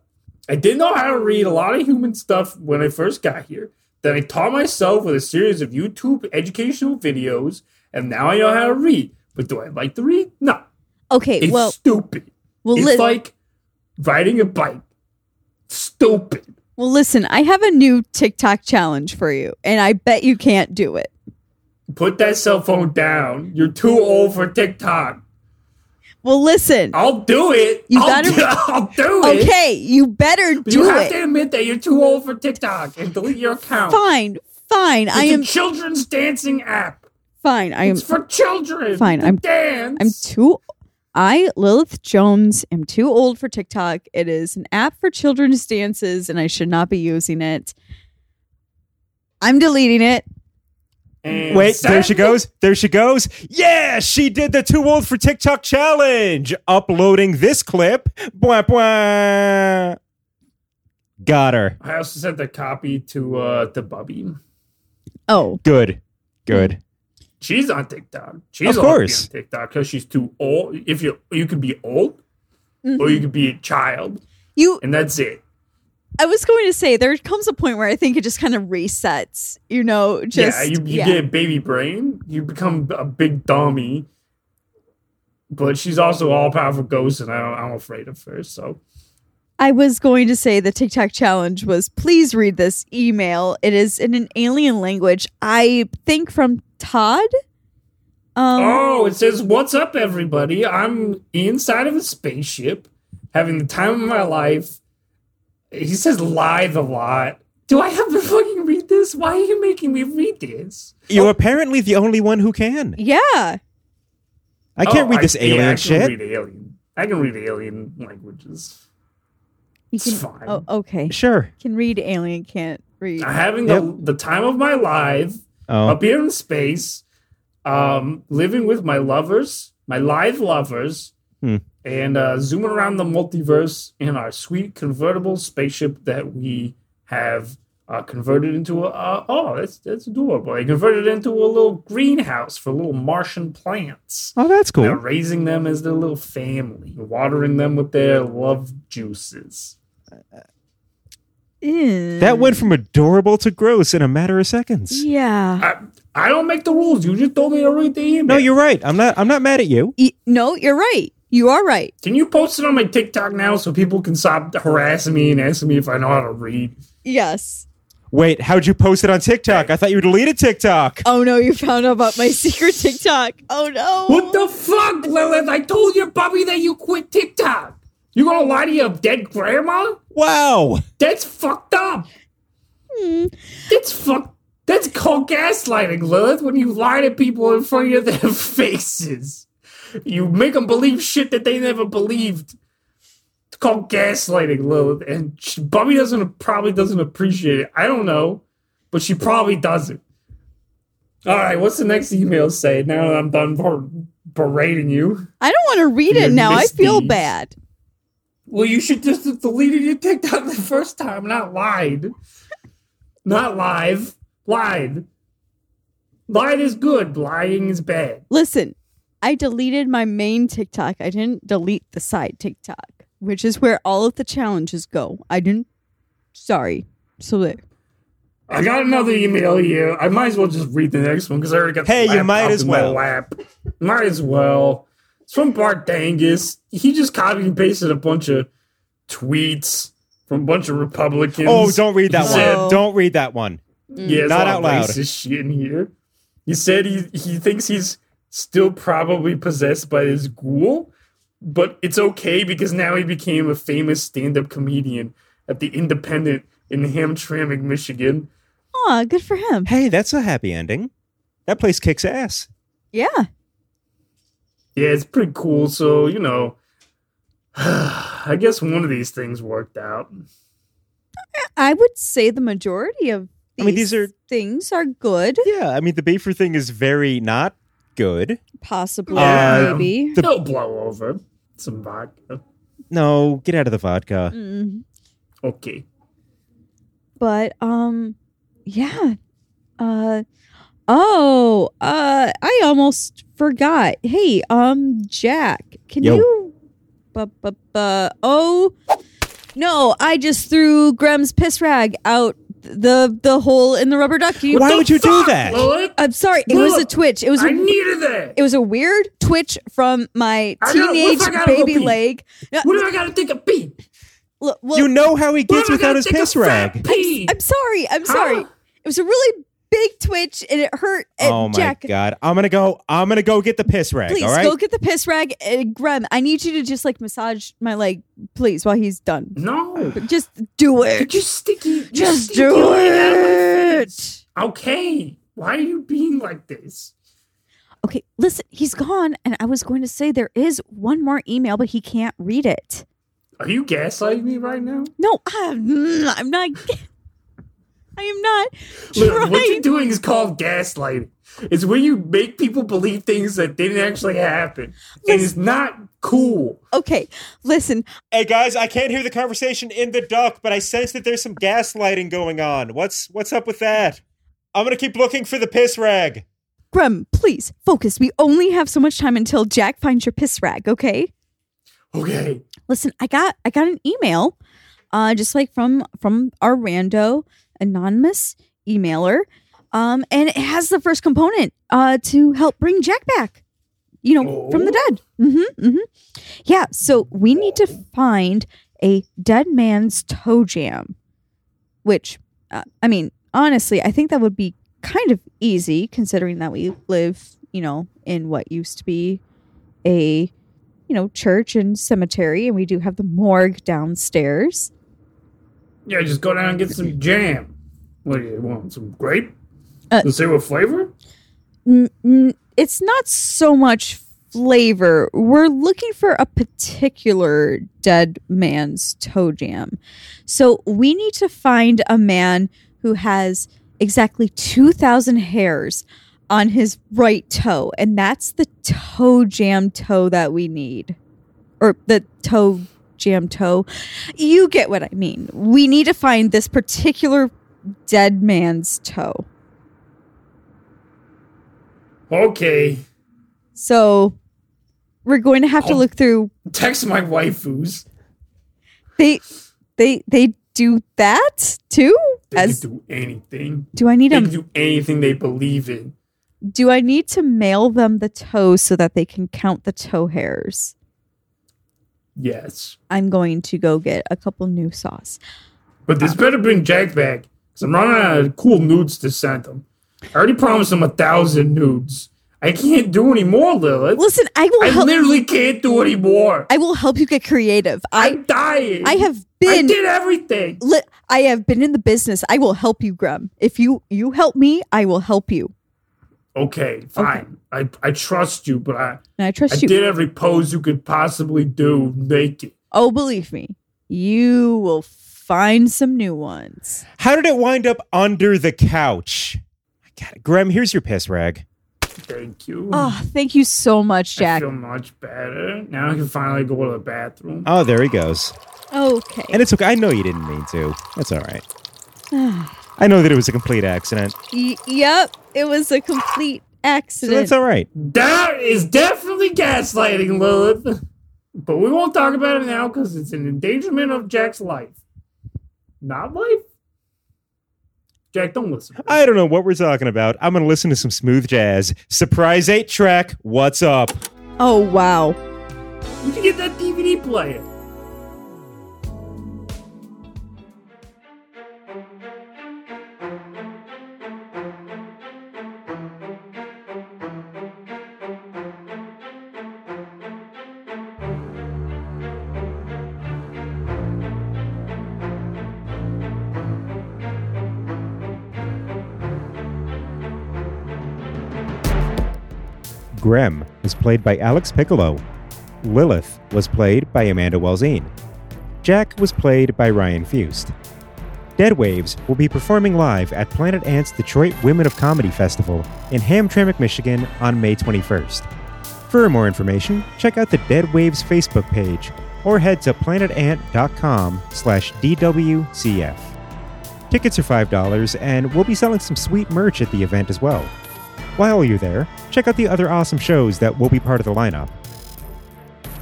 [SPEAKER 4] I didn't know how to read a lot of human stuff when I first got here. Then I taught myself with a series of YouTube educational videos, and now I know how to read. But do I like to read? No.
[SPEAKER 2] okay,
[SPEAKER 4] It's
[SPEAKER 2] well,
[SPEAKER 4] stupid.
[SPEAKER 2] well,
[SPEAKER 4] it's
[SPEAKER 2] li-
[SPEAKER 4] like riding a bike. Stupid.
[SPEAKER 2] well, listen. I have a new TikTok challenge for you, and I bet you can't do it.
[SPEAKER 4] Put that cell phone down. You're too old for TikTok.
[SPEAKER 2] Well, listen.
[SPEAKER 4] I'll do it.
[SPEAKER 2] You
[SPEAKER 4] I'll,
[SPEAKER 2] gotta-
[SPEAKER 4] do, (laughs) I'll do it.
[SPEAKER 2] Okay, you better
[SPEAKER 4] But you
[SPEAKER 2] do
[SPEAKER 4] have
[SPEAKER 2] it.
[SPEAKER 4] to admit that you're too old for TikTok and delete your account.
[SPEAKER 2] Fine, fine. I
[SPEAKER 4] It's
[SPEAKER 2] am
[SPEAKER 4] a children's dancing app.
[SPEAKER 2] fine. I am
[SPEAKER 4] It's for children.
[SPEAKER 2] Fine,
[SPEAKER 4] to
[SPEAKER 2] I'm-
[SPEAKER 4] dance.
[SPEAKER 2] I'm too. I Lilith Jones am too old for TikTok. It is an app for children's dances, and I should not be using it. I'm deleting it.
[SPEAKER 4] And
[SPEAKER 3] Wait, there she
[SPEAKER 4] send-
[SPEAKER 3] goes. There she goes. Yeah, she did the too old for TikTok challenge. Uploading this clip. Blah, blah. Got her.
[SPEAKER 4] I also sent the copy to uh to Bubby.
[SPEAKER 2] Oh,
[SPEAKER 3] Good. Good.
[SPEAKER 4] She's on TikTok. She's
[SPEAKER 3] Of
[SPEAKER 4] allowed to be
[SPEAKER 3] course.
[SPEAKER 4] on TikTok because she's too old. If you you could be old or
[SPEAKER 2] Mm-hmm.
[SPEAKER 4] you could be a child,
[SPEAKER 2] you.
[SPEAKER 4] and that's it.
[SPEAKER 2] I was going to say there comes a point where I think it just kind of resets. You know, just
[SPEAKER 4] yeah, you, you
[SPEAKER 2] yeah.
[SPEAKER 4] get a baby brain, you become a big dummy. But she's also all powerful ghost, and I don't, I'm afraid of her. So
[SPEAKER 2] I was going to say the TikTok challenge was please read this email. It is in an alien language. I think from Todd. Um,
[SPEAKER 4] Oh, it says, What's up, everybody? I'm inside of a spaceship having the time of my life. He says live a lot. Do I have to (laughs) fucking read this? Why are you making me read this?
[SPEAKER 3] You're apparently the only one who can.
[SPEAKER 2] Yeah.
[SPEAKER 3] I can't
[SPEAKER 4] Oh,
[SPEAKER 3] read this
[SPEAKER 4] yeah,
[SPEAKER 3] alien
[SPEAKER 4] I can
[SPEAKER 3] shit.
[SPEAKER 4] Read alien. I can read alien languages.
[SPEAKER 2] You
[SPEAKER 4] It's fine.
[SPEAKER 2] Oh, okay.
[SPEAKER 3] Sure.
[SPEAKER 2] Can read alien, can't read.
[SPEAKER 4] I'm having
[SPEAKER 3] Yep.
[SPEAKER 4] the, the time of my life
[SPEAKER 3] Oh.
[SPEAKER 4] up here in space, um, living with my lovers, my live lovers,
[SPEAKER 3] Hmm.
[SPEAKER 4] and uh, zooming around the multiverse in our sweet convertible spaceship that we have uh, converted into a. Uh, oh, that's that's adorable. I converted it into a little greenhouse for little Martian plants.
[SPEAKER 3] Oh, that's
[SPEAKER 4] They're
[SPEAKER 3] cool.
[SPEAKER 4] raising them as their little family, watering them with their love juices.
[SPEAKER 2] Ew.
[SPEAKER 3] That went from adorable to gross in a matter of seconds.
[SPEAKER 2] Yeah.
[SPEAKER 4] I, I don't make the rules. You just told me to read the email.
[SPEAKER 3] No, you're right. I'm not I'm not mad at you.
[SPEAKER 2] E- no, you're right. You are right.
[SPEAKER 4] Can you post it on my TikTok now so people can stop harassing me and asking me if I know how to read?
[SPEAKER 2] Yes.
[SPEAKER 3] Wait, how'd you post it on TikTok? I thought you deleted TikTok.
[SPEAKER 2] Oh no, you found out about my (laughs) secret TikTok. Oh no.
[SPEAKER 4] What the fuck, Lilith? I told your puppy that you quit TikTok. You gonna lie to your dead grandma?
[SPEAKER 3] Wow.
[SPEAKER 4] That's fucked up.
[SPEAKER 2] Hmm.
[SPEAKER 4] That's fuck. That's called gaslighting, Lilith. When you lie to people in front of their (laughs) faces, you make them believe shit that they never believed. It's called gaslighting, Lilith. And she, Bubby doesn't probably doesn't appreciate it. I don't know, but she probably doesn't. All right, what's the next email say? Now that I'm done ber- berating you.
[SPEAKER 2] I don't want to read
[SPEAKER 4] Your
[SPEAKER 2] it now. I feel
[SPEAKER 4] misdeeds.
[SPEAKER 2] bad.
[SPEAKER 4] Well, you should just have deleted your TikTok the first time, not lied. Not live. Lied. Lied is good. Lying is bad.
[SPEAKER 2] Listen, I deleted my main TikTok. I didn't delete the side TikTok. which is where all of the challenges go. I didn't. Sorry. So uh, there.
[SPEAKER 4] I got another email here. I might as well just read the next one because I already got. the
[SPEAKER 3] Hey, you
[SPEAKER 4] laptop
[SPEAKER 3] might as
[SPEAKER 4] in my
[SPEAKER 3] well.
[SPEAKER 4] Lap. Might as well. It's from Bart Dangus. He just copied and pasted a bunch of tweets from a bunch of Republicans.
[SPEAKER 3] Oh, don't read that
[SPEAKER 4] He
[SPEAKER 3] one.
[SPEAKER 4] said-
[SPEAKER 3] Don't read that one.
[SPEAKER 2] Mm.
[SPEAKER 4] Yeah, there's
[SPEAKER 3] Not
[SPEAKER 4] a lot
[SPEAKER 3] out loud.
[SPEAKER 4] Of racist shit in here. He said he he thinks he's still probably possessed by his ghoul, but it's okay because now he became a famous stand-up comedian at the Independent in Hamtramck, Michigan.
[SPEAKER 2] Aw, good for him.
[SPEAKER 3] Hey, that's a happy ending. That place kicks ass.
[SPEAKER 2] Yeah.
[SPEAKER 4] Yeah, it's pretty cool. So, you know, (sighs) I guess one of these things worked out.
[SPEAKER 2] I would say the majority of these,
[SPEAKER 3] I mean, these are-
[SPEAKER 2] things are good,
[SPEAKER 3] Yeah, I mean the beaver thing is very not good.
[SPEAKER 2] possibly,
[SPEAKER 4] Yeah.
[SPEAKER 2] maybe.
[SPEAKER 3] The-
[SPEAKER 4] Um, They'll blow over. Some vodka.
[SPEAKER 3] No, get out of the vodka.
[SPEAKER 2] Mm.
[SPEAKER 4] Okay.
[SPEAKER 2] But um, yeah. Uh, oh, uh, I almost forgot. Hey, um, Jack, can
[SPEAKER 3] Yo.
[SPEAKER 2] you? Bu- bu- bu- oh, no! I just threw Grem's piss rag out the the hole in the rubber duck. Can you?
[SPEAKER 3] Why would you do that?
[SPEAKER 4] Lilith,
[SPEAKER 2] I'm sorry. Uh, It was a
[SPEAKER 4] Look,
[SPEAKER 2] twitch. It was a
[SPEAKER 4] I needed that.
[SPEAKER 2] It was a weird twitch from my
[SPEAKER 4] I don't- what if
[SPEAKER 2] teenage
[SPEAKER 4] I gotta go
[SPEAKER 2] baby
[SPEAKER 4] pee?
[SPEAKER 2] leg. No,
[SPEAKER 4] What do I gotta take a pee?
[SPEAKER 2] look, well,
[SPEAKER 3] you know how he
[SPEAKER 4] What
[SPEAKER 3] gets
[SPEAKER 4] do I
[SPEAKER 3] without
[SPEAKER 4] gotta
[SPEAKER 3] his
[SPEAKER 4] take a
[SPEAKER 3] piss
[SPEAKER 4] fat
[SPEAKER 3] rag.
[SPEAKER 4] Pee?
[SPEAKER 2] I'm sorry. I'm sorry.
[SPEAKER 4] Huh?
[SPEAKER 2] It was a really big twitch and it hurt. And
[SPEAKER 3] Oh my
[SPEAKER 2] Jack,
[SPEAKER 3] god. I'm gonna go I'm gonna go get the piss rag,
[SPEAKER 2] please
[SPEAKER 3] all right?
[SPEAKER 2] go get the piss rag. And Grem, I need you to just like massage my leg, please, while he's done.
[SPEAKER 4] No.
[SPEAKER 2] But just do it.
[SPEAKER 4] Could you sticky?
[SPEAKER 2] Just do it.
[SPEAKER 4] Okay. Why are you being like this?
[SPEAKER 2] Okay, listen, he's gone. And I was going to say there is one more email, but he can't read it.
[SPEAKER 4] Are you gaslighting me right now?
[SPEAKER 2] No, I'm, I'm not. I am not.
[SPEAKER 4] Look, what
[SPEAKER 2] trying
[SPEAKER 4] you're doing is called gaslighting. It's when you make people believe things that didn't actually happen. And it's not cool.
[SPEAKER 2] Okay, listen.
[SPEAKER 3] Hey guys, I can't hear the conversation in the duck, but I sense that there's some gaslighting going on. What's what's up with that? I'm gonna keep looking for the piss rag.
[SPEAKER 2] Grum, please focus. We only have so much time until Jack finds your piss rag, okay?
[SPEAKER 4] Okay.
[SPEAKER 2] Listen, I got I got an email uh just like from from our rando anonymous emailer. Um and it has the first component uh to help bring Jack back. You know, from the dead. Mhm. Mhm. Yeah, so we need to find a dead man's toe jam, which uh, I mean, honestly, I think that would be kind of easy considering that we live, you know, in what used to be a, you know, church and cemetery, and we do have the morgue downstairs.
[SPEAKER 4] Yeah, just go down and get some jam. What do you want? Some grape?
[SPEAKER 2] Uh,
[SPEAKER 4] Let's see what flavor?
[SPEAKER 2] N- n- It's not so much flavor. We're looking for a particular dead man's toe jam. So we need to find a man who has exactly 2,000 hairs on his right toe. And that's the toe jam toe that we need. Or the toe jam toe. You get what I mean. We need to find this particular dead man's toe.
[SPEAKER 4] Okay.
[SPEAKER 2] So we're going to have to
[SPEAKER 4] Oh.
[SPEAKER 2] look through
[SPEAKER 4] Text my waifus.
[SPEAKER 2] they they they do that too?
[SPEAKER 4] They
[SPEAKER 2] As
[SPEAKER 4] can do anything.
[SPEAKER 2] do I need
[SPEAKER 4] They can
[SPEAKER 2] them
[SPEAKER 4] do anything they believe in.
[SPEAKER 2] do I need to mail them the toe so that they can count the toe hairs?
[SPEAKER 4] Yes.
[SPEAKER 2] I'm going to go get a couple new sauce.
[SPEAKER 4] But
[SPEAKER 2] Uh,
[SPEAKER 4] this better bring Jack back. Because I'm running out of cool nudes to send him. I already promised him a thousand nudes. I can't do any more, Lilith.
[SPEAKER 2] Listen, I will
[SPEAKER 4] I
[SPEAKER 2] help
[SPEAKER 4] literally can't do any more.
[SPEAKER 2] I will help you get creative. I
[SPEAKER 4] I'm dying.
[SPEAKER 2] I have
[SPEAKER 4] I
[SPEAKER 2] been
[SPEAKER 4] did everything.
[SPEAKER 2] li- I have been in the business. I will help you, Grum. If you you help me, I will help you.
[SPEAKER 4] Okay, fine. I, I trust you, but I,
[SPEAKER 2] And I
[SPEAKER 4] I
[SPEAKER 2] trust you.
[SPEAKER 4] did every pose you could possibly do naked.
[SPEAKER 2] Oh, believe me, you will find some new ones.
[SPEAKER 3] How did it wind up under the couch? I got it. Graham, here's your piss rag.
[SPEAKER 4] Thank you.
[SPEAKER 2] Oh, thank you so much,
[SPEAKER 4] I
[SPEAKER 2] Jack.
[SPEAKER 4] feel much better. Now I can finally go to the bathroom.
[SPEAKER 3] Oh, there he goes.
[SPEAKER 2] Okay.
[SPEAKER 3] And it's okay. I know you didn't mean to. That's
[SPEAKER 2] (sighs)
[SPEAKER 3] all right. I know that it was a complete accident.
[SPEAKER 2] Y- yep, it was a complete
[SPEAKER 3] So
[SPEAKER 2] accident.
[SPEAKER 3] that's all right.
[SPEAKER 4] That is definitely gaslighting, Lilith. But we won't talk about it now because it's an endangerment of Jack's life. Not life. Jack, don't listen.
[SPEAKER 3] I don't know what we're talking about. I'm going to listen to some smooth jazz. Surprise 8 track. What's up?
[SPEAKER 6] Oh, wow.
[SPEAKER 4] We can get that DVD player.
[SPEAKER 3] Grem was played by Alex Piccolo. Lilith was played by Amanda Welzine. Jack was played by Ryan Fust. Dead Waves will be performing live at Planet Ant's Detroit Women of Comedy Festival in Hamtramck, Michigan on May 21st. For more information, check out the Dead Waves Facebook page or head to planetant.com slash DWCF. Tickets are $5 and we'll be selling some sweet merch at the event as well. While you're there, check out the other awesome shows that will be part of the lineup.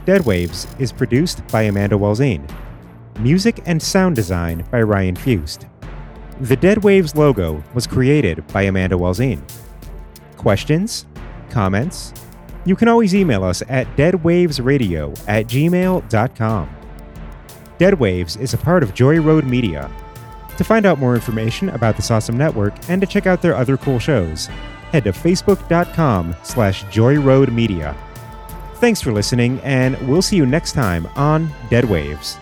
[SPEAKER 3] Dead Waves is produced by Amanda Walzine. Music and sound design by Ryan Fust. The Dead Waves logo was created by Amanda Walzine. Questions? Comments? You can always email us at deadwavesradio at gmail.com. Dead Waves is a part of Joy Road Media. To find out more information about this awesome network and to check out their other cool shows, head to facebook.com slash joyroadmedia. Thanks for listening, and we'll see you next time on Dead Waves.